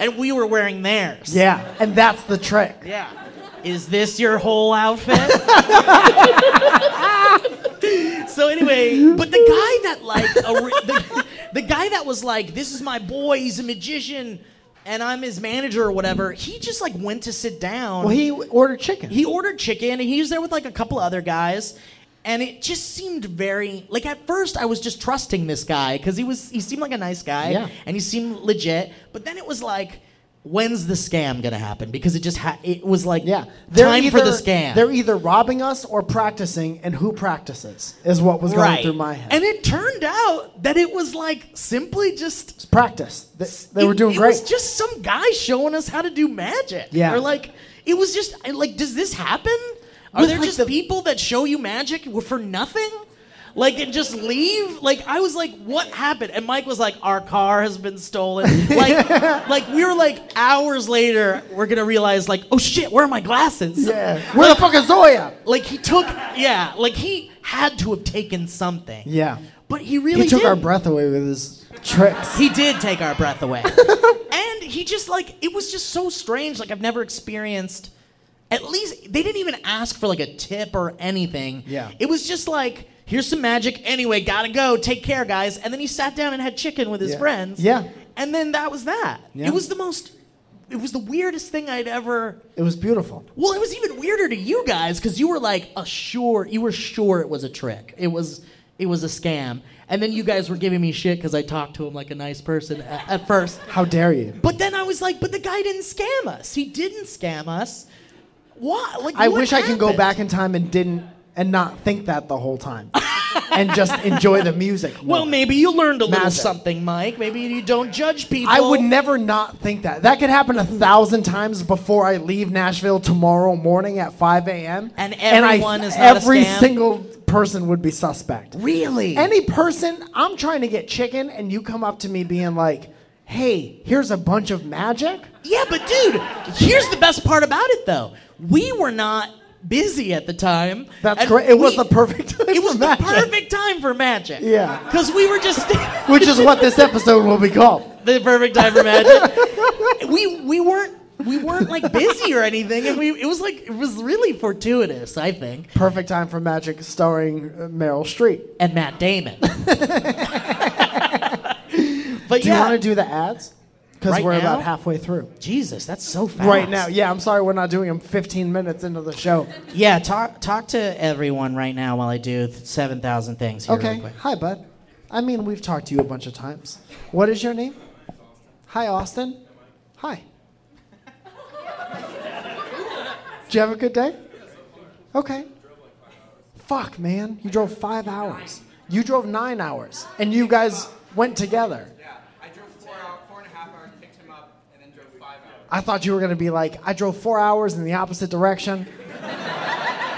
and we were wearing theirs.
Yeah, and that's the trick.
Yeah. Is this your whole outfit? so anyway, but the guy that like a, re- the, the guy that was like, this is my boy, he's a magician, and I'm his manager or whatever. He just like went to sit down.
Well, he ordered chicken.
he ordered chicken, and he was there with like a couple other guys. And it just seemed very like at first I was just trusting this guy because he was he seemed like a nice guy
Yeah.
and he seemed legit. But then it was like, when's the scam gonna happen? Because it just ha- it was like
yeah,
time for the scam.
They're either robbing us or practicing, and who practices is what was going through my head.
And it turned out that it was like simply just
It's practice. They, they
it-
were doing
it
great.
was just some guy showing us how to do magic.
Yeah.
Or like it was just I- like, does this happen? Are
With,
there
like,
just
the-
people that show you magic for nothing? Like and just leave? Like I was like, what happened? And Mike was like, our car has been stolen. Like, like we were like hours later, we're gonna realize like, oh shit, where are my glasses?
yeah. Where the fuck is Zoya?
Like he took, yeah, like he had to have taken something.
Yeah.
But he really
he took our
didn't.
breath away with his tricks.
He did take our breath away. and he just like it was just so strange. Like I've never experienced at least they didn't even ask for like a tip or anything.
Yeah.
It was just like, here's some magic anyway, gotta go. Take care, guys. And then he sat down and had chicken with his
Yeah.
friends.
Yeah.
And then that was that.
Yeah.
It was the most it was the weirdest thing I'd ever
it was beautiful.
well, it was even weirder to you guys because you were like assured, you were sure it was a trick. It was, it was a scam. And then you guys were giving me shit because I talked to him like a nice person at, at first.
How dare you?
But then I was like, but the guy didn't scam us. He didn't scam us. Why? Like,
I
what
wish I could go
happened?
back in time and didn't and not think that the whole time, and just enjoy the music. more.
Well, maybe you learned a little
Magic.
something, Mike. Maybe you don't judge people.
I would never not think that. That could happen a thousand times before I leave Nashville tomorrow morning at 5 a.m.
And
I-
everyone is not a
every
scam?
single person would be suspect.
Really?
Any person, I'm trying to get chicken, and you come up to me being like, "Hey, here's a bunch of magic."
Yeah, but dude, here's the best part about it though. We were not busy at the time.
That's
and
correct. It was
we-
the perfect time
It was
for
the
magic.
perfect time for magic.
Yeah.
Because we were just
Which is what this episode will be called.
the perfect time for magic. we we weren't we weren't like busy or anything, and we it was like it was really fortuitous, I think.
Perfect time for magic, starring uh, Meryl Streep.
And Matt Damon. but
Do
yeah,
you want to do the ads? Because
Right
we're
now?
about halfway through.
Jesus, that's so fast.
Right now, yeah. I'm sorry, we're not doing them 15 minutes into the show.
Yeah, talk talk to everyone right now while I do seven thousand things here real
Okay.
quick.
Hi, bud. I mean, we've talked to you a bunch of times. What is your name? Hi, Austin. Hi. Did you have a good day? Okay. Fuck, man. You drove five hours. You drove nine hours. And you guys went together.
Yeah, I drove four hour, four and a half hours, picked him up, and then drove five hours.
I thought you were going to be like, I drove four hours in the opposite direction.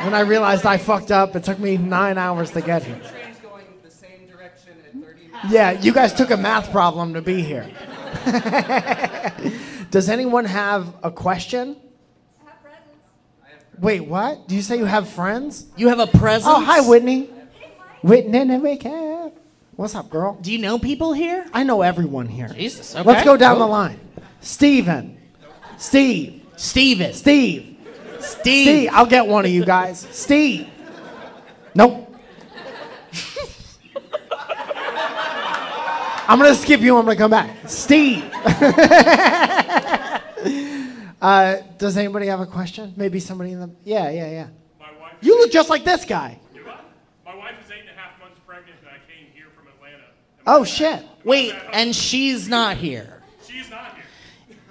When I realized I fucked up, it took me nine hours to get here.
Train's going the same direction at 30 minutes.
Yeah, you guys took a math problem to be here. Does anyone have a question?
Have presents.
Wait, what? Do you say you have friends?
You have a presence.
Oh, hi, Whitney.
Hey, Mike.
Whitney and wake up. What's up, girl?
Do you know people here?
I know everyone here.
Jesus. Okay.
Let's go down the line. Steven. Steve.
Steven. Steve.
Steve. Steve. I'll get one of you guys. Steve. Nope. I'm gonna skip you. I'm gonna come back. Steve. uh, does anybody have a question? Maybe somebody in the. Yeah, yeah, yeah.
My wife,
You look just like this guy.
my wife is eight and a half months pregnant, and I came here from Atlanta.
Oh shit.
Wait, and she's not here.
She's not here.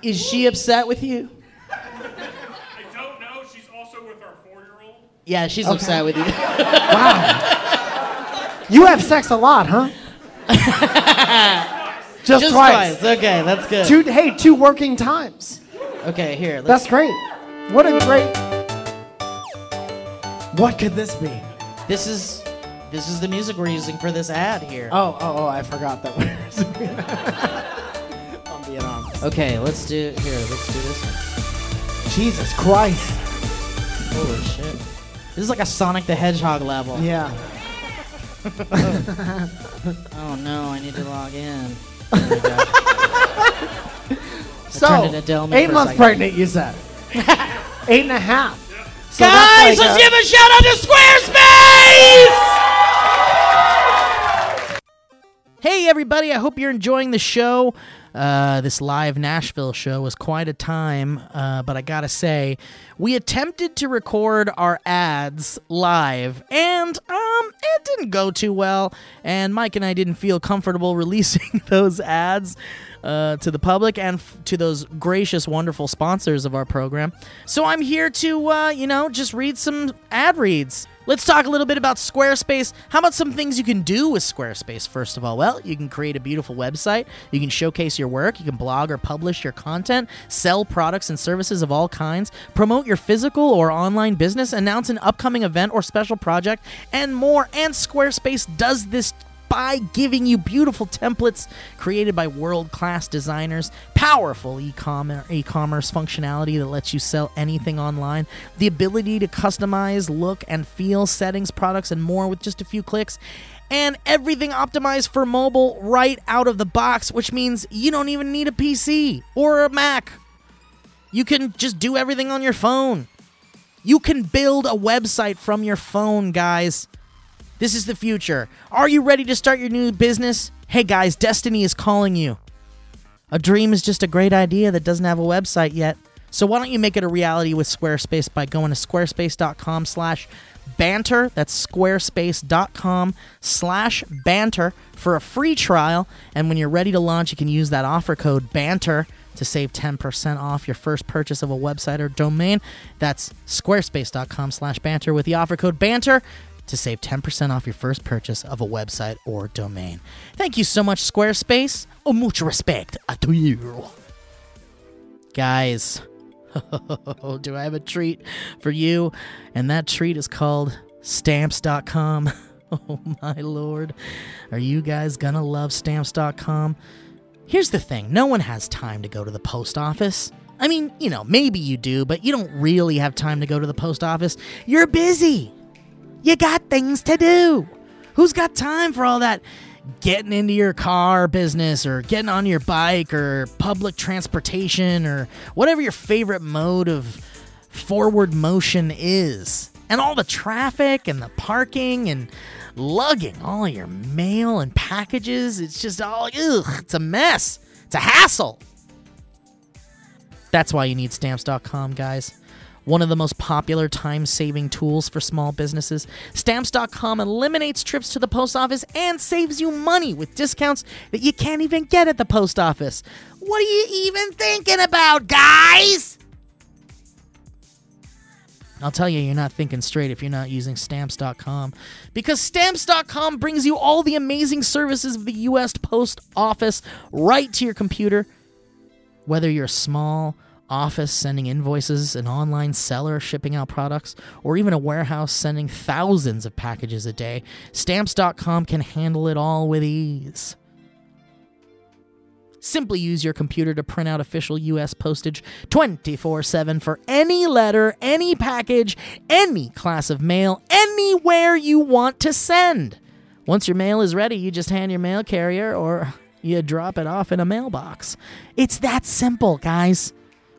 Is she upset with you?
I don't know. She's also with our four-year-old.
Yeah, she's
Okay.
upset with you.
Wow. You have sex a lot, huh? just,
Just
twice.
twice. Okay, that's good.
Two. Hey, two working times.
Okay, here. Let's,
That's great. What a great. What could this be?
this is this is the music we're using for this ad here.
Oh, oh, oh! I forgot that. we're- I'm being honest.
Okay, let's do here. Let's do this.
Jesus Christ!
One. Holy shit. This is like a Sonic the Hedgehog level.
Yeah.
Oh no, I need to log in. There we go.
So,
turned into Delman
eight
for a
months
second.
pregnant, you said. eight and a half. So
Guys,
that's like
let's
a-
give a shout out to Squarespace! Hey, everybody, I hope you're enjoying the show. Uh, this live Nashville show was quite a time, uh, but I gotta say, we attempted to record our ads live, and um, it didn't go too well. And Mike and I didn't feel comfortable releasing those ads uh, to the public and f- to those gracious, wonderful sponsors of our program. So I'm here to, uh, you know, just read some ad reads. Let's talk a little bit about Squarespace. How about some things you can do with Squarespace, first of all? Well, you can create a beautiful website, you can showcase your work, you can blog or publish your content, sell products and services of all kinds, promote your physical or online business, announce an upcoming event or special project, and more. And Squarespace does this by giving you beautiful templates created by world-class designers, powerful e-commerce, e-commerce functionality that lets you sell anything online, the ability to customize look and feel, settings, products, and more with just a few clicks, and everything optimized for mobile right out of the box, which means you don't even need a PC or a Mac. You can just do everything on your phone. You can build a website from your phone, guys. This is the future. Are you ready to start your new business? Hey guys, destiny is calling you. A dream is just a great idea that doesn't have a website yet. So why don't you make it a reality with Squarespace by going to squarespace.com slash banter. That's squarespace.com slash banter for a free trial. And when you're ready to launch, you can use that offer code banter to save 10% off your first purchase of a website or domain. That's squarespace.com slash banter with the offer code banter to save 10% off your first purchase of a website or domain. Thank you so much, Squarespace. Oh, mucho respect to you. Guys, do I have a treat for you? And that treat is called stamps.com. Oh, my lord. Are you guys gonna love stamps.com? Here's the thing no one has time to go to the post office. I mean, you know, maybe you do, but you don't really have time to go to the post office. You're busy. You got things to do. Who's got time for all that getting into your car business or getting on your bike or public transportation or whatever your favorite mode of forward motion is? And all the traffic and the parking and lugging all your mail and packages. It's just all, ugh, it's a mess. It's a hassle. That's why you need stamps.com, guys. One of the most popular time saving tools for small businesses, stamps.com eliminates trips to the post office and saves you money with discounts that you can't even get at the post office. What are you even thinking about, guys? I'll tell you, you're not thinking straight if you're not using stamps.com. Because stamps.com brings you all the amazing services of the U.S. Post Office right to your computer. Whether you're a small office sending invoices, an online seller shipping out products, or even a warehouse sending thousands of packages a day, stamps.com can handle it all with ease. Simply use your computer to print out official US postage 24 7 for any letter, any package, any class of mail, anywhere you want to send. Once your mail is ready, you just hand your mail carrier or you drop it off in a mailbox. It's that simple, guys.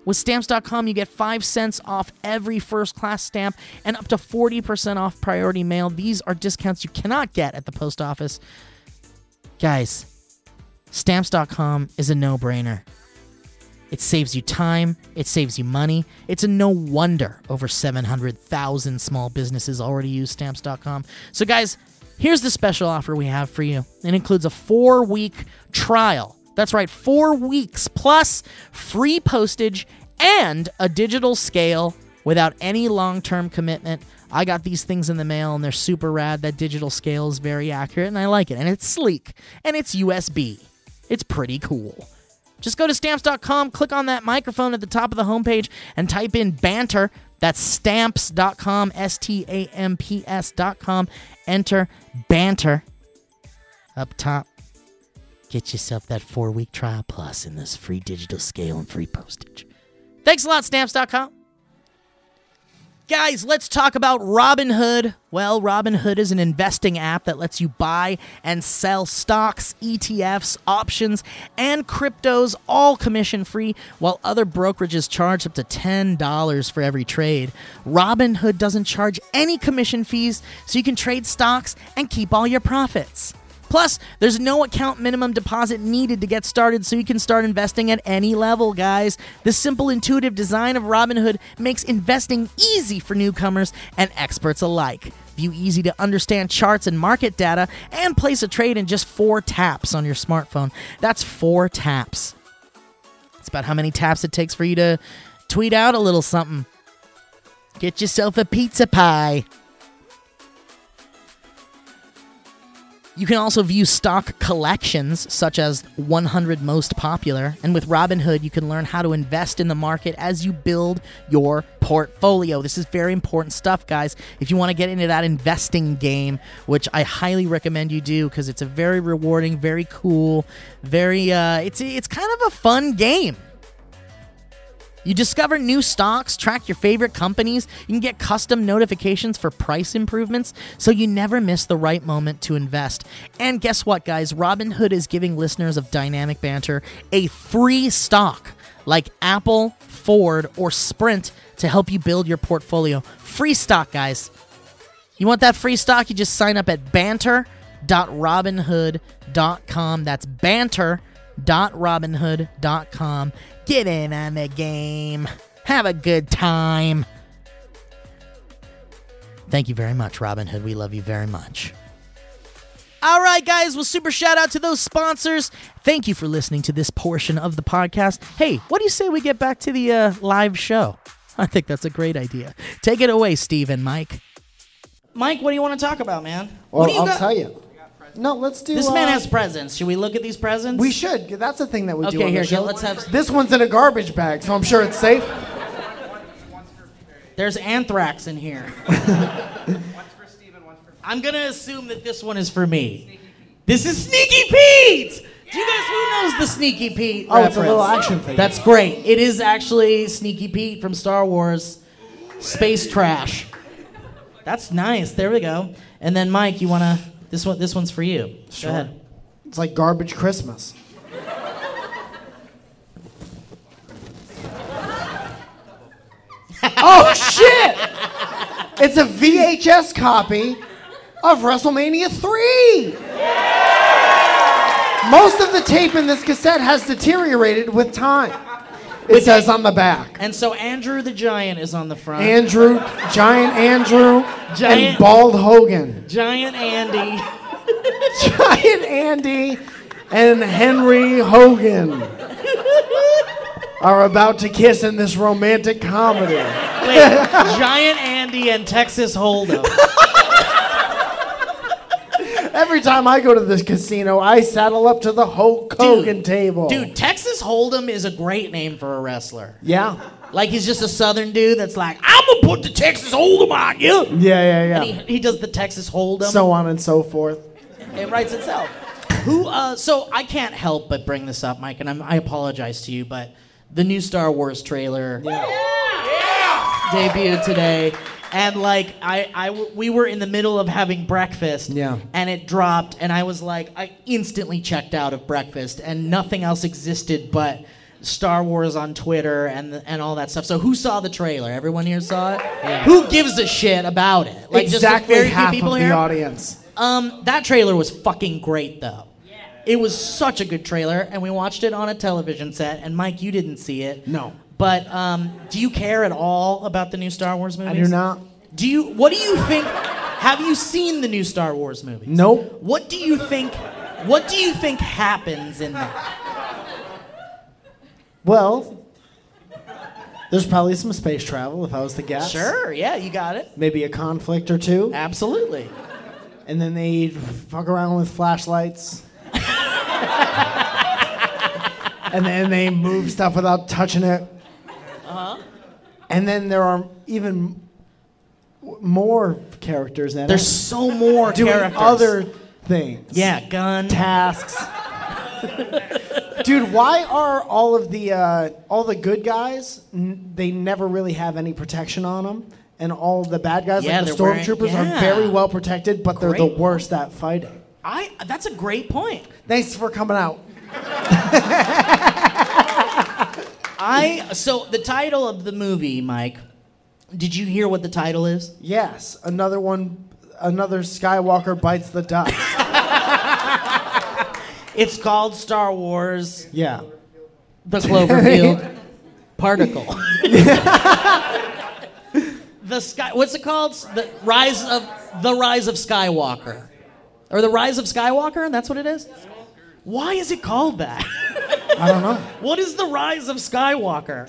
With stamps.com, you get 5 cents off every first class stamp and up to 40% off priority mail. These are discounts you cannot get at the post office. Guys, Stamps.com is a no brainer. It saves you time, it saves you money. It's a no wonder over 700,000 small businesses already use Stamps.com. So, guys, here's the special offer we have for you it includes a four week trial. That's right, four weeks plus free postage and a digital scale without any long term commitment. I got these things in the mail and they're super rad. That digital scale is very accurate and I like it. And it's sleek and it's USB. It's pretty cool. Just go to stamps.com, click on that microphone at the top of the homepage, and type in banter. That's stamps.com, S T A M P S.com. Enter banter up top. Get yourself that four week trial plus and this free digital scale and free postage. Thanks a lot, stamps.com. Guys, let's talk about Robinhood. Well, Robinhood is an investing app that lets you buy and sell stocks, ETFs, options, and cryptos all commission free, while other brokerages charge up to $10 for every trade. Robinhood doesn't charge any commission fees, so you can trade stocks and keep all your profits. Plus, there's no account minimum deposit needed to get started, so you can start investing at any level, guys. The simple, intuitive design of Robinhood makes investing easy for newcomers and experts alike. View easy to understand charts and market data, and place a trade in just four taps on your smartphone. That's four taps. It's about how many taps it takes for you to tweet out a little something. Get yourself a pizza pie. You can also view stock collections, such as 100 most popular. And with Robinhood, you can learn how to invest in the market as you build your portfolio. This is very important stuff, guys. If you want to get into that investing game, which I highly recommend you do because it's a very rewarding, very cool, very uh, it's it's kind of a fun game. You discover new stocks, track your favorite companies, you can get custom notifications for price improvements so you never miss the right moment to invest. And guess what, guys? Robinhood is giving listeners of Dynamic Banter a free stock like Apple, Ford, or Sprint to help you build your portfolio. Free stock, guys. You want that free stock? You just sign up at banter.robinhood.com. That's banter.robinhood.com. Get in on the game. Have a good time. Thank you very much, Robinhood. We love you very much. All right, guys. Well, super shout out to those sponsors. Thank you for listening to this portion of the podcast. Hey, what do you say we get back to the uh, live show? I think that's a great idea. Take it away, Steve and Mike. Mike, what do you want to talk about, man?
Well,
what do you
I'll
got-
tell you. No, let's do.
This man
uh,
has presents. Should we look at these presents?
We should. That's the thing that we do.
Okay,
on the
here,
show.
let's have-
This one's in a garbage bag, so I'm sure it's safe.
There's anthrax in here.
One's for Steven, one's for
I'm gonna assume that this one is for me. This is Sneaky Pete. Do you guys who knows the Sneaky Pete?
Oh, it's a little
reference?
action figure.
That's great. It is actually Sneaky Pete from Star Wars, Space Trash. That's nice. There we go. And then Mike, you wanna this one? This one's for you. Sure. Go ahead.
It's like garbage Christmas. oh shit! It's a VHS copy of WrestleMania 3. Most of the tape in this cassette has deteriorated with time. It says on the back.
And so Andrew the Giant is on the front.
Andrew, Giant Andrew,
Giant-
and Bald Hogan.
Giant Andy.
Giant Andy and Henry Hogan are about to kiss in this romantic comedy.
Wait, Giant Andy and Texas Hold'em.
Every time I go to this casino, I saddle up to the Hulk Hogan table.
Dude, Texas Hold'em is a great name for a wrestler.
Yeah.
Like he's just a southern dude that's like, I'm gonna put the Texas Hold'em on you.
Yeah, yeah,
He,
yeah.
he does the Texas Hold'em.
So on and so forth.
it writes itself. Who? Uh, so I can't help but bring this up, Mike, and I'm, I apologize to you, but the new Star Wars trailer debuted today, and like I, I w- we were in the middle of having breakfast,
Yeah.
and it dropped, and I was like, I instantly checked out of breakfast, and nothing else existed but. Star Wars on Twitter and and all that stuff. So who saw the trailer? Everyone here saw it. Who gives a shit about it?
exactly
very few
half of the
here?
audience.
Um, that trailer was fucking great though. Yeah. It was such a good trailer, and we watched it on a television set. And Mike, you didn't see it.
No.
But um, do you care at all about the new Star Wars movies?
I do not.
Do you? What do you think? Have you seen the new Star Wars movies?
Nope.
What do you think? What do you think happens in that?
Well, there's probably some space travel if I was to guess.
Sure. Yeah, you got it.
Maybe a conflict or two.
Absolutely.
and then they fuck around with flashlights. and then they move stuff without touching it. Uh-huh. And then there are even w- more characters in
There's
it
so more
doing
characters.
other things.
Yeah, gun.
Tasks. Dude, why are all of the uh, all the good guys? N- they never really have any protection on them, and all the bad guys,
Yeah,
like the
they're wearing-
stormtroopers,
yeah.
are very well protected, but they're the
Great.
worst at fighting.
I. That's a great point.
Thanks for coming out.
I. So the title of the movie, Mike. Did you hear what the title is?
Yes, another one, another Skywalker bites the dust.
It's called Star Wars:
yeah.
The Cloverfield Particle. the sky. What's it called? The rise of the rise of Skywalker, or the rise of Skywalker? That's what it is. Why is it called that?
I don't know.
What is the rise of Skywalker?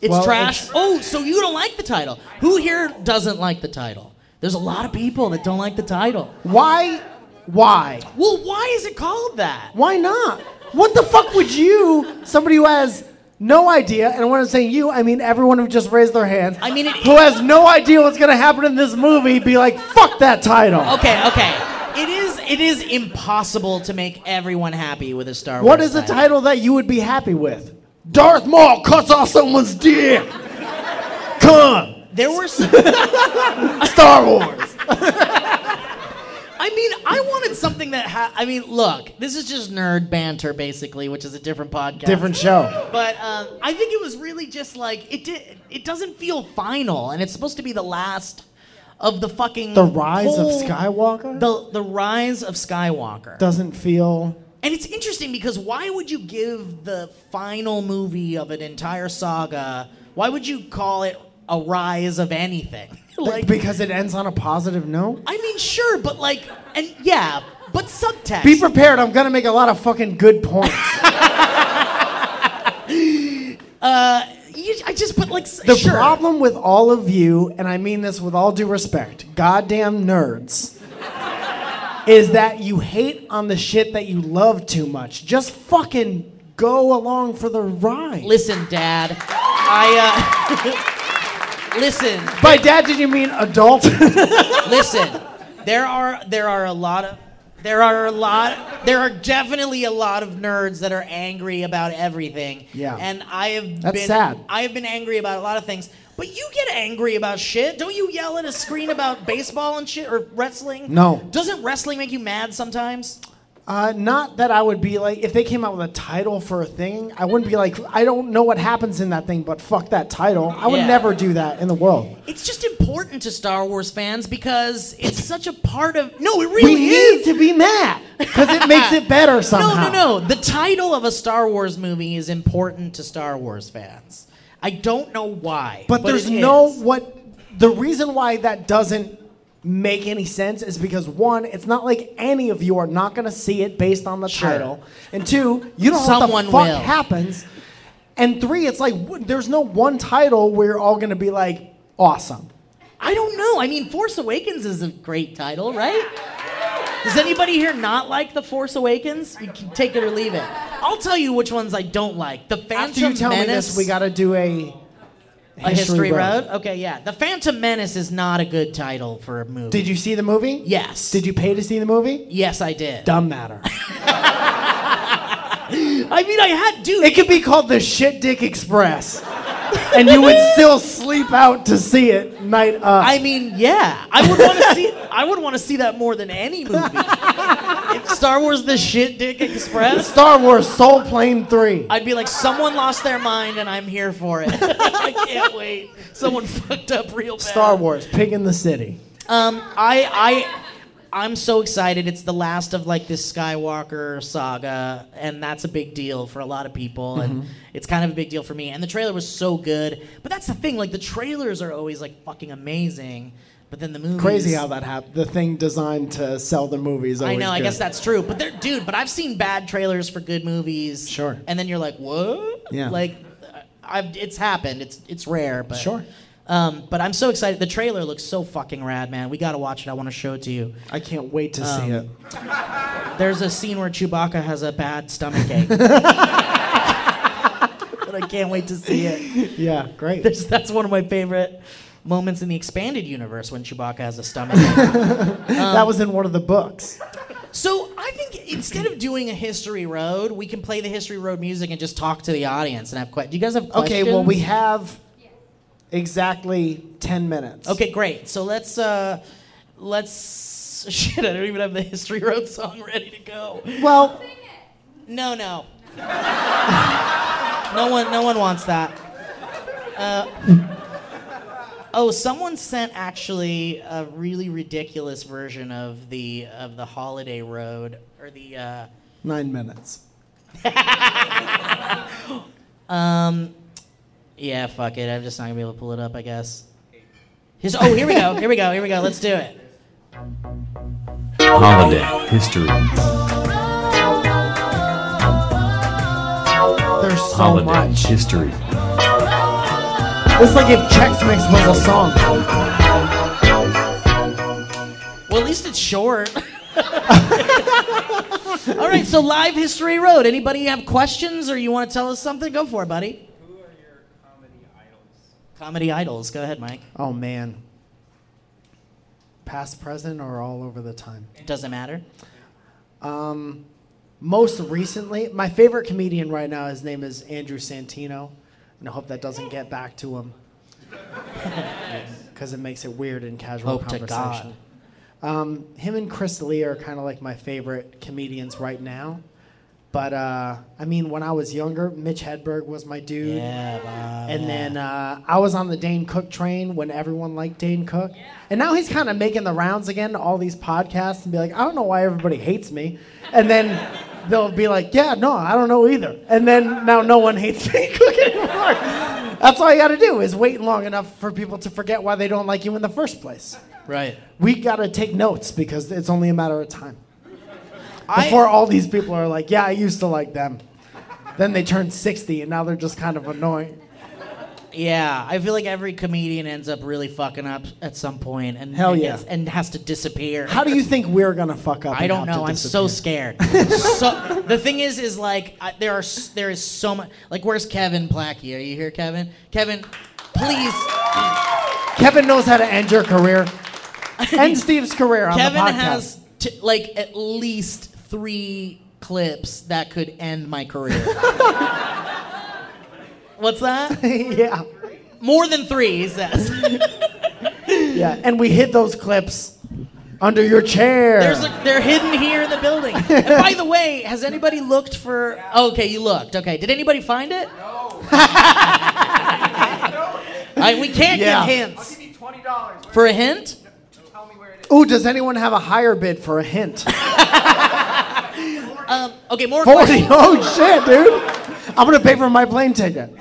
It's
Well,
trash.
it's-
Oh, so you don't like the title? Who here doesn't like the title? There's a lot of people that don't like the title.
Why? Why?
Well, why is it called that?
Why not? What the fuck would you, somebody who has no idea, and when I'm saying you, I mean everyone who just raised their hand,
I mean, it-
who has no idea what's gonna happen in this movie, be like, fuck that title.
Okay, okay. It is it is impossible to make everyone happy with a Star
What
Wars
is a title that you would be happy with? Darth Maul cuts off someone's dick. Come,
There were some,
Star Wars.
I mean, I wanted something that ha- I mean, look, this is just nerd banter basically, which is a different podcast.
Different show.
But um, I think it was really just like it did. It doesn't feel final, and it's supposed to be the last of the fucking
The Rise of
whole-
Skywalker?
The the rise of Skywalker.
Doesn't feel.
and it's interesting because why would you give the final movie of an entire saga? Why would you call it a rise of anything? like
because it ends on a positive note?
I mean, sure, but like, and yeah, but subtext.
Be prepared, I'm gonna make a lot of fucking good points.
You- I just put like s-
The
sure.
problem with all of you, and I mean this with all due respect, goddamn nerds, is that you hate on the shit that you love too much. Just fucking go along for the ride.
Listen, Dad. I uh, listen.
By dad, did you mean adult?
Listen, there are there are a lot of there are a lot there are definitely a lot of nerds that are angry about everything.
Yeah.
And I have
That's
been
sad.
I have been angry about a lot of things. But you get angry about shit. Don't you yell at a screen about baseball and shit or wrestling?
No.
Doesn't wrestling make you mad sometimes?
uh, not that I would be like, if they came out with a title for a thing, I wouldn't be like, I don't know what happens in that thing, but fuck that title. I would
Yeah.
never do that in the world.
It's just important to Star Wars fans because it's such a part of No, it
We
really is.
need to be mad because it makes it better
No, no,
somehow.
no. The title of a Star Wars movie is important to Star Wars fans. I don't know why.
But, there's
it
no
is.
what the reason why that doesn't make any sense is because one, it's not like any of you are not gonna see it based on the
Sure.
title, and two, you don't know what
Someone
the fuck
will.
happens, and three, it's like w- there's no one title where you're all gonna be like awesome.
I don't know. I mean, Force Awakens is a great title, right? Does anybody here not like The Force Awakens? You can take it or leave it. I'll tell you which ones I don't like. The Phantom
After you tell
Menace.
me this, we gotta do a
a History Road. Okay, yeah. The Phantom Menace is not a good title for a movie.
Did you see the movie?
Yes.
Did you pay to see the movie?
Yes, I did.
Dumb matter.
I mean, I had dude.
It could be called the Shit Dick Express. and you would still sleep out to see it night uh, of.
I mean, yeah, I would want to see. I would want to see that more than any movie. If Star Wars: The Shit Dick Express.
Star Wars Soul Plane 3.
I'd be like, someone lost their mind, and I'm here for it. I can't wait. Someone fucked up real bad.
Star Wars Pig in the City.
Um, I, I, I'm so excited. It's the last of like this Skywalker saga, and that's a big deal for a lot of people, and
Mm-hmm.
it's kind of a big deal for me. And the trailer was so good, but that's the thing. Like the trailers are always like fucking amazing, but then the movie
Crazy how that happened. The thing designed to sell the movies.
I
always
know. I
good.
guess that's true. But they're dude. But I've seen bad trailers for good movies.
Sure.
And then you're like, what?
Yeah.
Like, I've, it's happened. It's it's rare, but
Sure.
Um, but I'm so excited. The trailer looks so fucking rad, man. We gotta watch it. I want to show it to you.
I can't wait to see it.
There's a scene where Chewbacca has a bad stomach ache. but I can't wait to see it.
Yeah, great.
There's, that's one of my favorite moments in the expanded universe when Chewbacca has a stomach ache.
that was in one of the books.
So I think instead of doing a history road, we can play the history road music and just talk to the audience and have questions. Do you guys have questions?
Okay, well, we have exactly 10 minutes.
Okay, great. So let's uh, let's shit. I don't even have the history road song ready to go.
Well,
No, no. no one, no one wants that. Uh, oh, someone sent actually a really ridiculous version of the of the Holiday Road or the. Uh,
nine minutes.
yeah, fuck it. I'm just not gonna be able to pull it up. I guess. His, oh, here we go. Here we go. Here we go. Let's do it.
Holiday history.
There's so
Holiday
much.
history.
It's like if Chex Mix was a song.
Well, at least it's short. All right, so live history road. Anybody have questions or you want to tell us something? Go for it, buddy.
Who are your comedy idols?
Comedy idols. Go ahead, Mike.
Oh man. Past, present, or all over the time.
It doesn't matter.
Most recently, my favorite comedian right now, his name is Andrew Santino, and I hope that doesn't get back to him because it makes it weird in casual
Hope to
conversation.
God.
Um, him and Chris Lee are kind of like my favorite comedians right now. But uh, I mean, when I was younger, Mitch Hedberg was my dude.
Yeah, Bob.
And then uh, I was on the Dane Cook train when everyone liked Dane Cook. And now he's kind of making the rounds again to all these podcasts and be like, I don't know why everybody hates me. And then they'll be like, yeah, no, I don't know either. And then now no one hates Dane Cook anymore. That's all you got to do is wait long enough for people to forget why they don't like you in the first place.
right.
We got to take notes because it's only a matter of time.
I-
Before all these people are like, yeah, I used to like them. Then they turn 60 and now they're just kind of annoying.
Yeah, I feel like every comedian ends up really fucking up at some point and
Hell
and
yeah.
gets- and has to disappear.
How do you think we're gonna fuck up?
I
and
don't
have to
know. I'm so
disappear?
scared. so the thing is, is like I, there are s- there is so much. Like, where's Kevin Plackey? Are you here, Kevin? Kevin, please.
Kevin knows how to end your career and Steve's career on
Kevin
the podcast.
has t- like at least three clips that could end my career. What's that?
yeah,
More than three, he says.
yeah, and we hid those clips under your chair.
There's a, they're hidden here in the building. And by the way, has anybody looked for? Okay, you looked. Okay, did anybody find it? No. we can't
Yeah.
get
I'll
hints.
give you twenty dollars.
For a hint,
Tell me where it is.
Ooh, does anyone have a higher bid for a hint?
okay, more
Forty.
questions.
Oh shit, dude! I'm gonna pay for my plane ticket.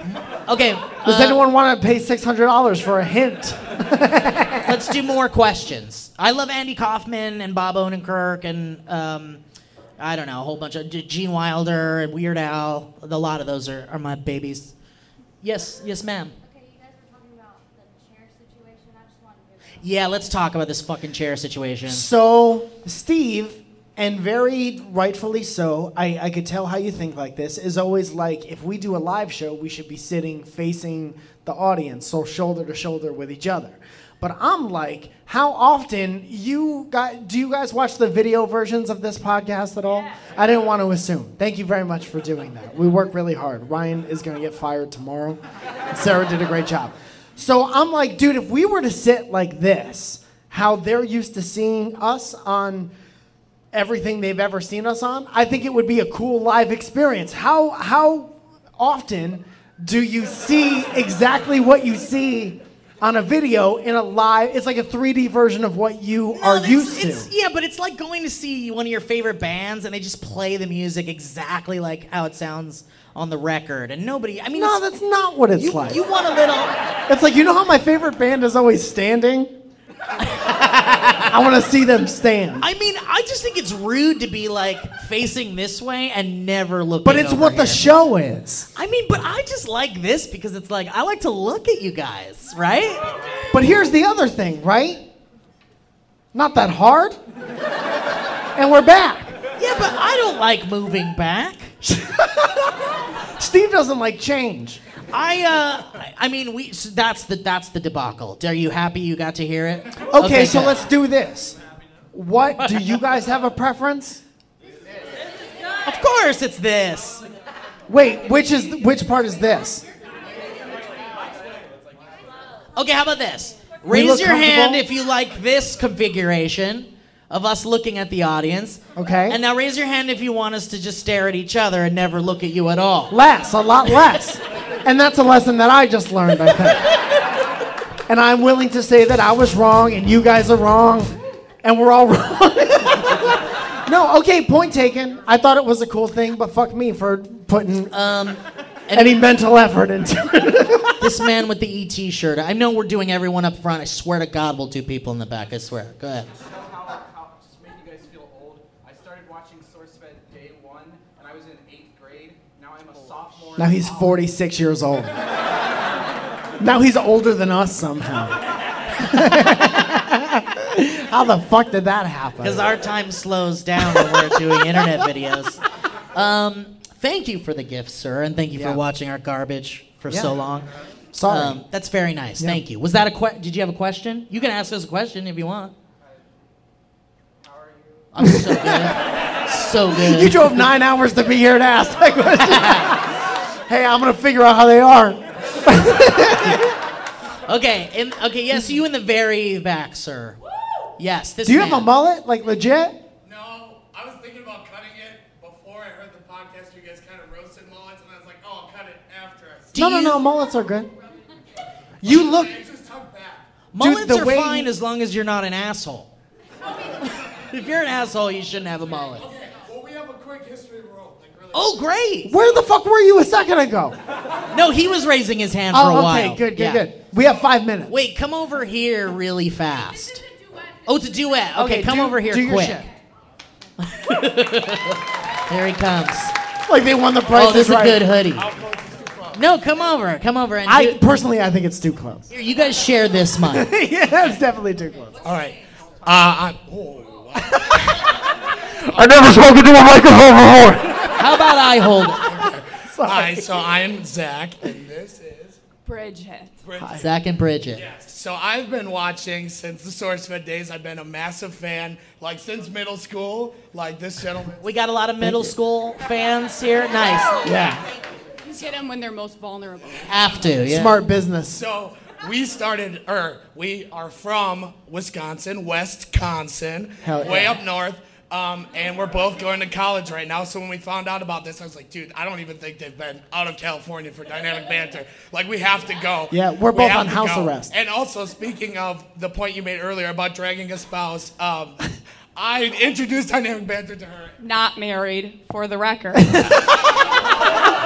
Okay,
Does
uh,
anyone want to pay six hundred dollars for a hint?
let's do more questions. I love Andy Kaufman and Bob Odenkirk and um, I don't know a whole bunch of Gene Wilder and Weird Al. A lot of those are, are my babies. Yes, yes, ma'am.
Okay, you guys were talking about the chair situation. I just wanted to.
Yeah, let's talk about this fucking chair situation.
So, Steve, and very rightfully so, I, I could tell how you think like this, is always like if we do a live show, we should be sitting facing the audience, so shoulder to shoulder with each other. But I'm like, how often you got do you guys watch the video versions of this podcast at all? I didn't want to assume. Thank you very much for doing that. We work really hard. Ryan is going to get fired tomorrow. Sarah did a great job. So I'm like, dude, if we were to sit like this, how they're used to seeing us on everything they've ever seen us on, I think it would be a cool live experience. How how often do you see exactly what you see on a video in a live? It's like a 3D version of what you are
that's-
used to.
it's- Yeah, but it's like going to see one of your favorite bands and they just play the music exactly like how it sounds on the record, and nobody. I mean,
no,
it's-
that's not what it's
you,
like.
you want a little.
It's like you know how my favorite band is always standing. I want to see them stand.
I mean, I just think it's rude to be like facing this way and never looking.
But it's
over
what
here.
the show is.
I mean, but I just like this because it's like I like to look at you guys, right?
But here's the other thing, right? Not that hard. and we're back.
Yeah, but I don't like moving back.
Steve doesn't like change.
I, uh, I- I mean, we. So that's the that's the debacle. Are you happy you got to hear it?
Okay, so
good.
let's do this. What do you guys have a preference?
Of course, it's this.
Wait, which is which part is this?
Okay, how about this?
We
Raise
look
your hand
comfortable?
if you like this configuration of us looking at the audience.
Okay.
And now raise your hand if you want us to just stare at each other and never look at you at all.
Less, a lot less. and that's a lesson that I just learned, I think. and I'm willing to say that I was wrong and you guys are wrong and we're all wrong. no, okay, point taken. I thought it was a cool thing, but fuck me for putting um, any mental effort into it.
this man with the ET shirt. I know we're doing everyone up front. I swear to God, we'll do people in the back. I swear. Go ahead.
know how, how just make you guys feel old. I started watching SourceFed day one, and I was in eighth grade. Now I'm a sophomore. in
Now he's
college.
46 years old. now he's older than us somehow. How the fuck did that happen?
Because our time slows down when we're doing internet videos. Um, thank you for the gift, sir, and thank you
Yeah.
for watching our garbage for
Yeah.
so long.
Sorry.
Um, that's very nice. Thank you. Was that a que- Did you have a question? You can ask us a question if you want. How are you? I'm so good. so good.
You drove nine hours to be here to ask that question. hey, I'm gonna figure out how they are.
okay. In, okay. Yes, you in the very back, sir. Yes. This
Do you
man.
have a mullet, like legit?
No, I was thinking about cutting it before I heard the podcast. You guys kind of roasted mullets, and I was like, "Oh, I'll cut it after I." See.
Do
no, no,
you-
no, mullets are good. You look.
It's just tucked back.
Mullets
the
are
way
fine
you-
as long as you're not an asshole. if you're an asshole, you shouldn't have a mullet.
Well, we have a quick history roll. Like really.
Oh, great.
Where the fuck were you a second ago?
No, he was raising his hand for a
Oh,
while.
okay, good, good,
Yeah.
good. We have five minutes.
Wait, come over here really fast.
Duet.
Oh, it's a duet. Okay, come
do-
over here
do your
quick.
shit.
There he comes.
Like they won the prize.
Oh, this is a
right.
good hoodie. No, come over. Come over and
I
do-
personally, I think it's too close.
here, you guys share this mic.
yeah, it's definitely too close.
All right. Uh, I'm. Oh, wow.
I never spoke into a microphone before.
How about I hold it?
All right. So I'm Zach, and this is.
Bridget.
Zach and Bridget.
So I've been watching since the SourceFed days. I've been a massive fan, like since middle school. Like this gentleman.
We got a lot of middle school fans here. Nice.
Yeah,
You get them when they're most vulnerable.
Have to. Yeah.
smart business.
So we started, or we are from Wisconsin, Westconsin,
Hell
way
yeah.
up north. Um, and we're both going to college right now. So when we found out about this, I was like, dude, I don't even think they've been out of California for dynamic banter. Like, we have to go.
Yeah, we're
We
both
have
on
to
house arrest.
And also, speaking of the point you made earlier about dragging a spouse, um, I introduced dynamic banter to her.
Not married, for the record.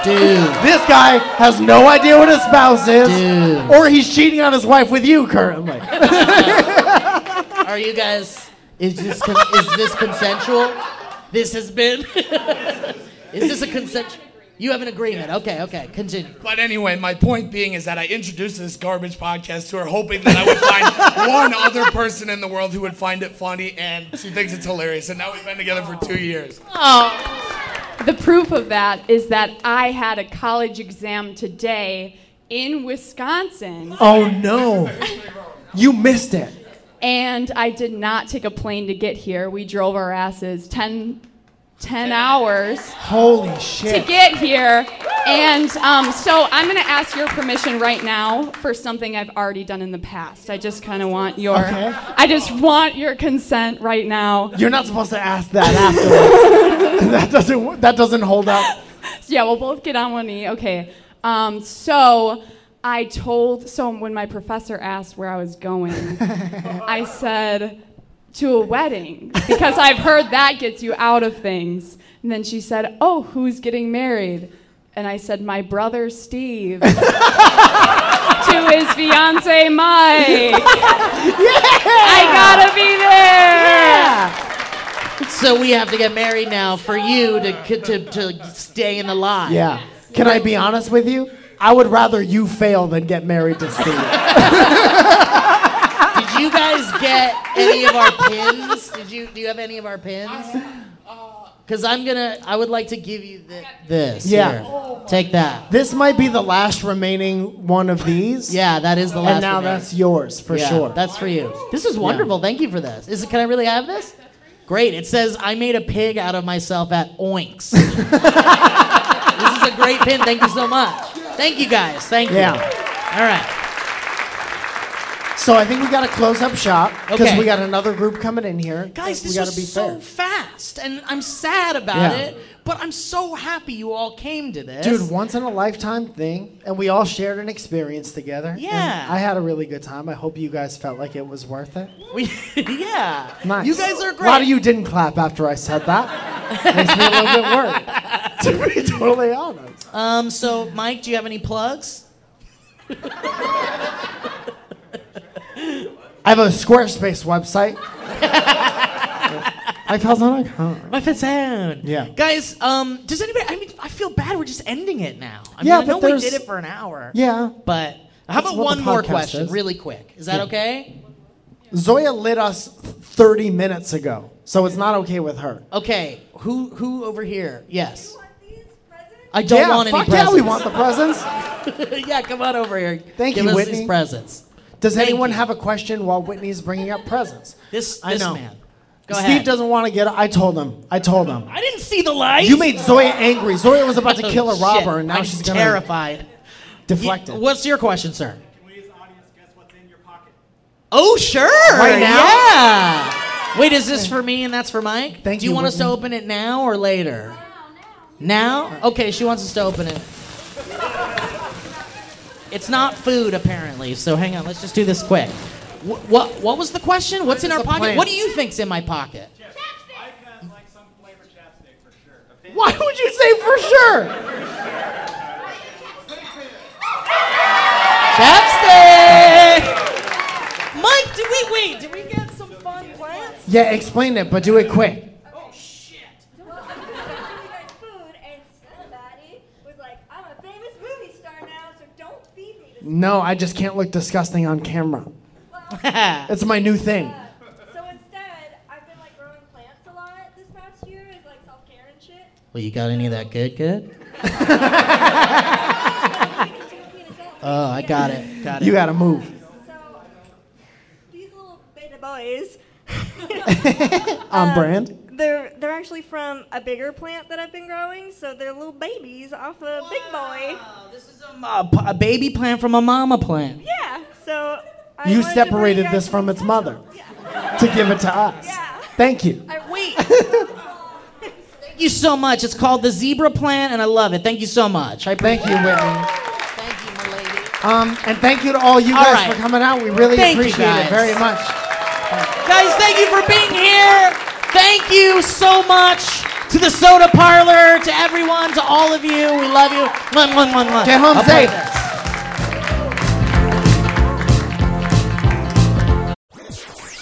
Dude.
This guy has no idea what his spouse is,
Dude.
or he's cheating on his wife with you currently.
Are you guys? Is this con- is this consensual? This has been. is this a consensual? You have an agreement. Okay. Okay. Continue.
But anyway, my point being is that I introduced this garbage podcast to her hoping that I would find one other person in the world who would find it funny, and she thinks it's hilarious. And now we've been together for two years.
Oh. the proof of that is that I had a college exam today in Wisconsin,
Oh no. You missed it.
and I did not take a plane to get here. We drove our asses 10, 10 hours
Holy
to
shit.
get here. And um, so I'm going to ask your permission right now for something I've already done in the past. I just kind of want your,
Okay.
I just want your consent right now.
You're not supposed to ask that afterwards. that doesn't that doesn't hold up.
yeah, we'll both get on one knee. Okay. Um, so I told, so when my professor asked where I was going, I said, to a wedding, because I've heard that gets you out of things. And then she said, Oh, who's getting married? And I said, My brother Steve. to his fiance Mike. I gotta be there.
So we have to get married now for you to to, to stay in the line.
Yeah. Can I be honest with you? I would rather you fail than get married to Steve.
Did you guys get any of our pins? Did you do you have uh, any of our pins? Because I'm gonna. I would like to give you th- this.
Yeah.
Here. Take that.
This might be the last remaining one of these.
Yeah, that is the last.
And now
one.
that's yours for
Yeah,
sure.
That's for you. This is wonderful. Thank you for this. Is it, can I really have this? Great. It says I made a pig out of myself at Oinks. this is a great pin. Thank you so much. Thank you guys. Thank you.
Yeah.
All right.
So I think we got to close up shop because
Okay.
we got another group coming in here.
Guys,
We
this
gotta
was
be
so
fair.
fast, and I'm sad about
Yeah.
it, but I'm so happy you all came to this.
Dude, once in a lifetime thing, and we all shared an experience together. and
Yeah.
I had a really good time. I hope you guys felt like it was worth it.
We, yeah.
Nice.
You guys are great.
A lot of you didn't clap after I said that. Makes me a little bit worried. To be totally honest.
Um, so, Mike, do you have any plugs?
I have a Squarespace website. I felt like, huh?
My fits out.
Yeah.
Guys, um, does anybody? I mean, I feel bad. We're just ending it now. I
Yeah,
mean, I know
but
we
there's-
did it for an hour.
Yeah.
But how
That's
about
what
one
the
more
podcast
question,
is.
really quick? Is that okay?
Zoya lit us 30 minutes ago, so it's not okay with her.
Oh, Okay. Who who over here? Yes.
Want these presents?
I don't
yeah,
want any
fuck
presents.
yeah, we want the presents.
yeah, come on over here.
Thank
Give
you,
us these
Whitney.
presents.
Does
Thank
anyone
you.
have a question while Whitney's bringing up presents?
This
I
this
know.
man. Go
Steve
ahead.
doesn't want to get. I told him. I told him.
I didn't see the light.
You made Zoya angry. Zoya was about to
Oh,
kill a
shit.
robber, and now
I'm
she's gonna
terrified.
deflect
Y-
it.
What's your question, sir?
Can we as audience guess what's in your pocket?
Oh, sure.
Right now?
Yeah. Wait, is this for me and that's for Mike?
Thank
Do you
you,
want us to
Whitney.
open it now or later?
Now, now.
Now? Okay, she wants us to open it. It's not food, apparently. So hang on, let's just do this quick. What what, what was the question? What's in our
the
pocket?
plan?
What do you think's in my pocket?
Mike has like some flavor chapstick for sure. A pin-
Why would you say for sure?
Chapstick. Mike, did we wait? Did we get some fun plants?
Yeah, explain it, but do it quick.
Well, I was giving you guys food, and somebody was like, "I'm a famous movie star now, so don't feed me this."
No, I just can't look disgusting on camera.
Well,
It's my new thing.
uh, so instead, I've been like growing plants a lot this past year, as like self-care and shit.
Well, you got any of that good, good?
Uh,
Oh, I got it. Got it.
You gotta move.
so these little beta boys,
Uh,
On brand.
they're they're actually from a bigger plant that I've been growing, so they're little babies off a big boy.
Wow, this is a, ma- p- a baby plant from a mama plant.
Yeah. So I
You
wanted to bring
separated
guys
this from its
something
mother
special.
to give it to us.
Yeah.
Thank you.
I, wait.
Thank you so much. It's called the zebra plant, and I love it. Thank you so much. I
Thank you, Whitney.
Thank you, my lady.
Um, and thank you to all you
All
guys
right.
for coming out. We really
Thank you,
appreciate
guys.
it very much.
Guys, thank you for being here. Thank you so much to the soda parlor, to everyone, to all of you. We love you. Mwah, mwah, mwah, mwah.
Get home
Up
safe.
like this.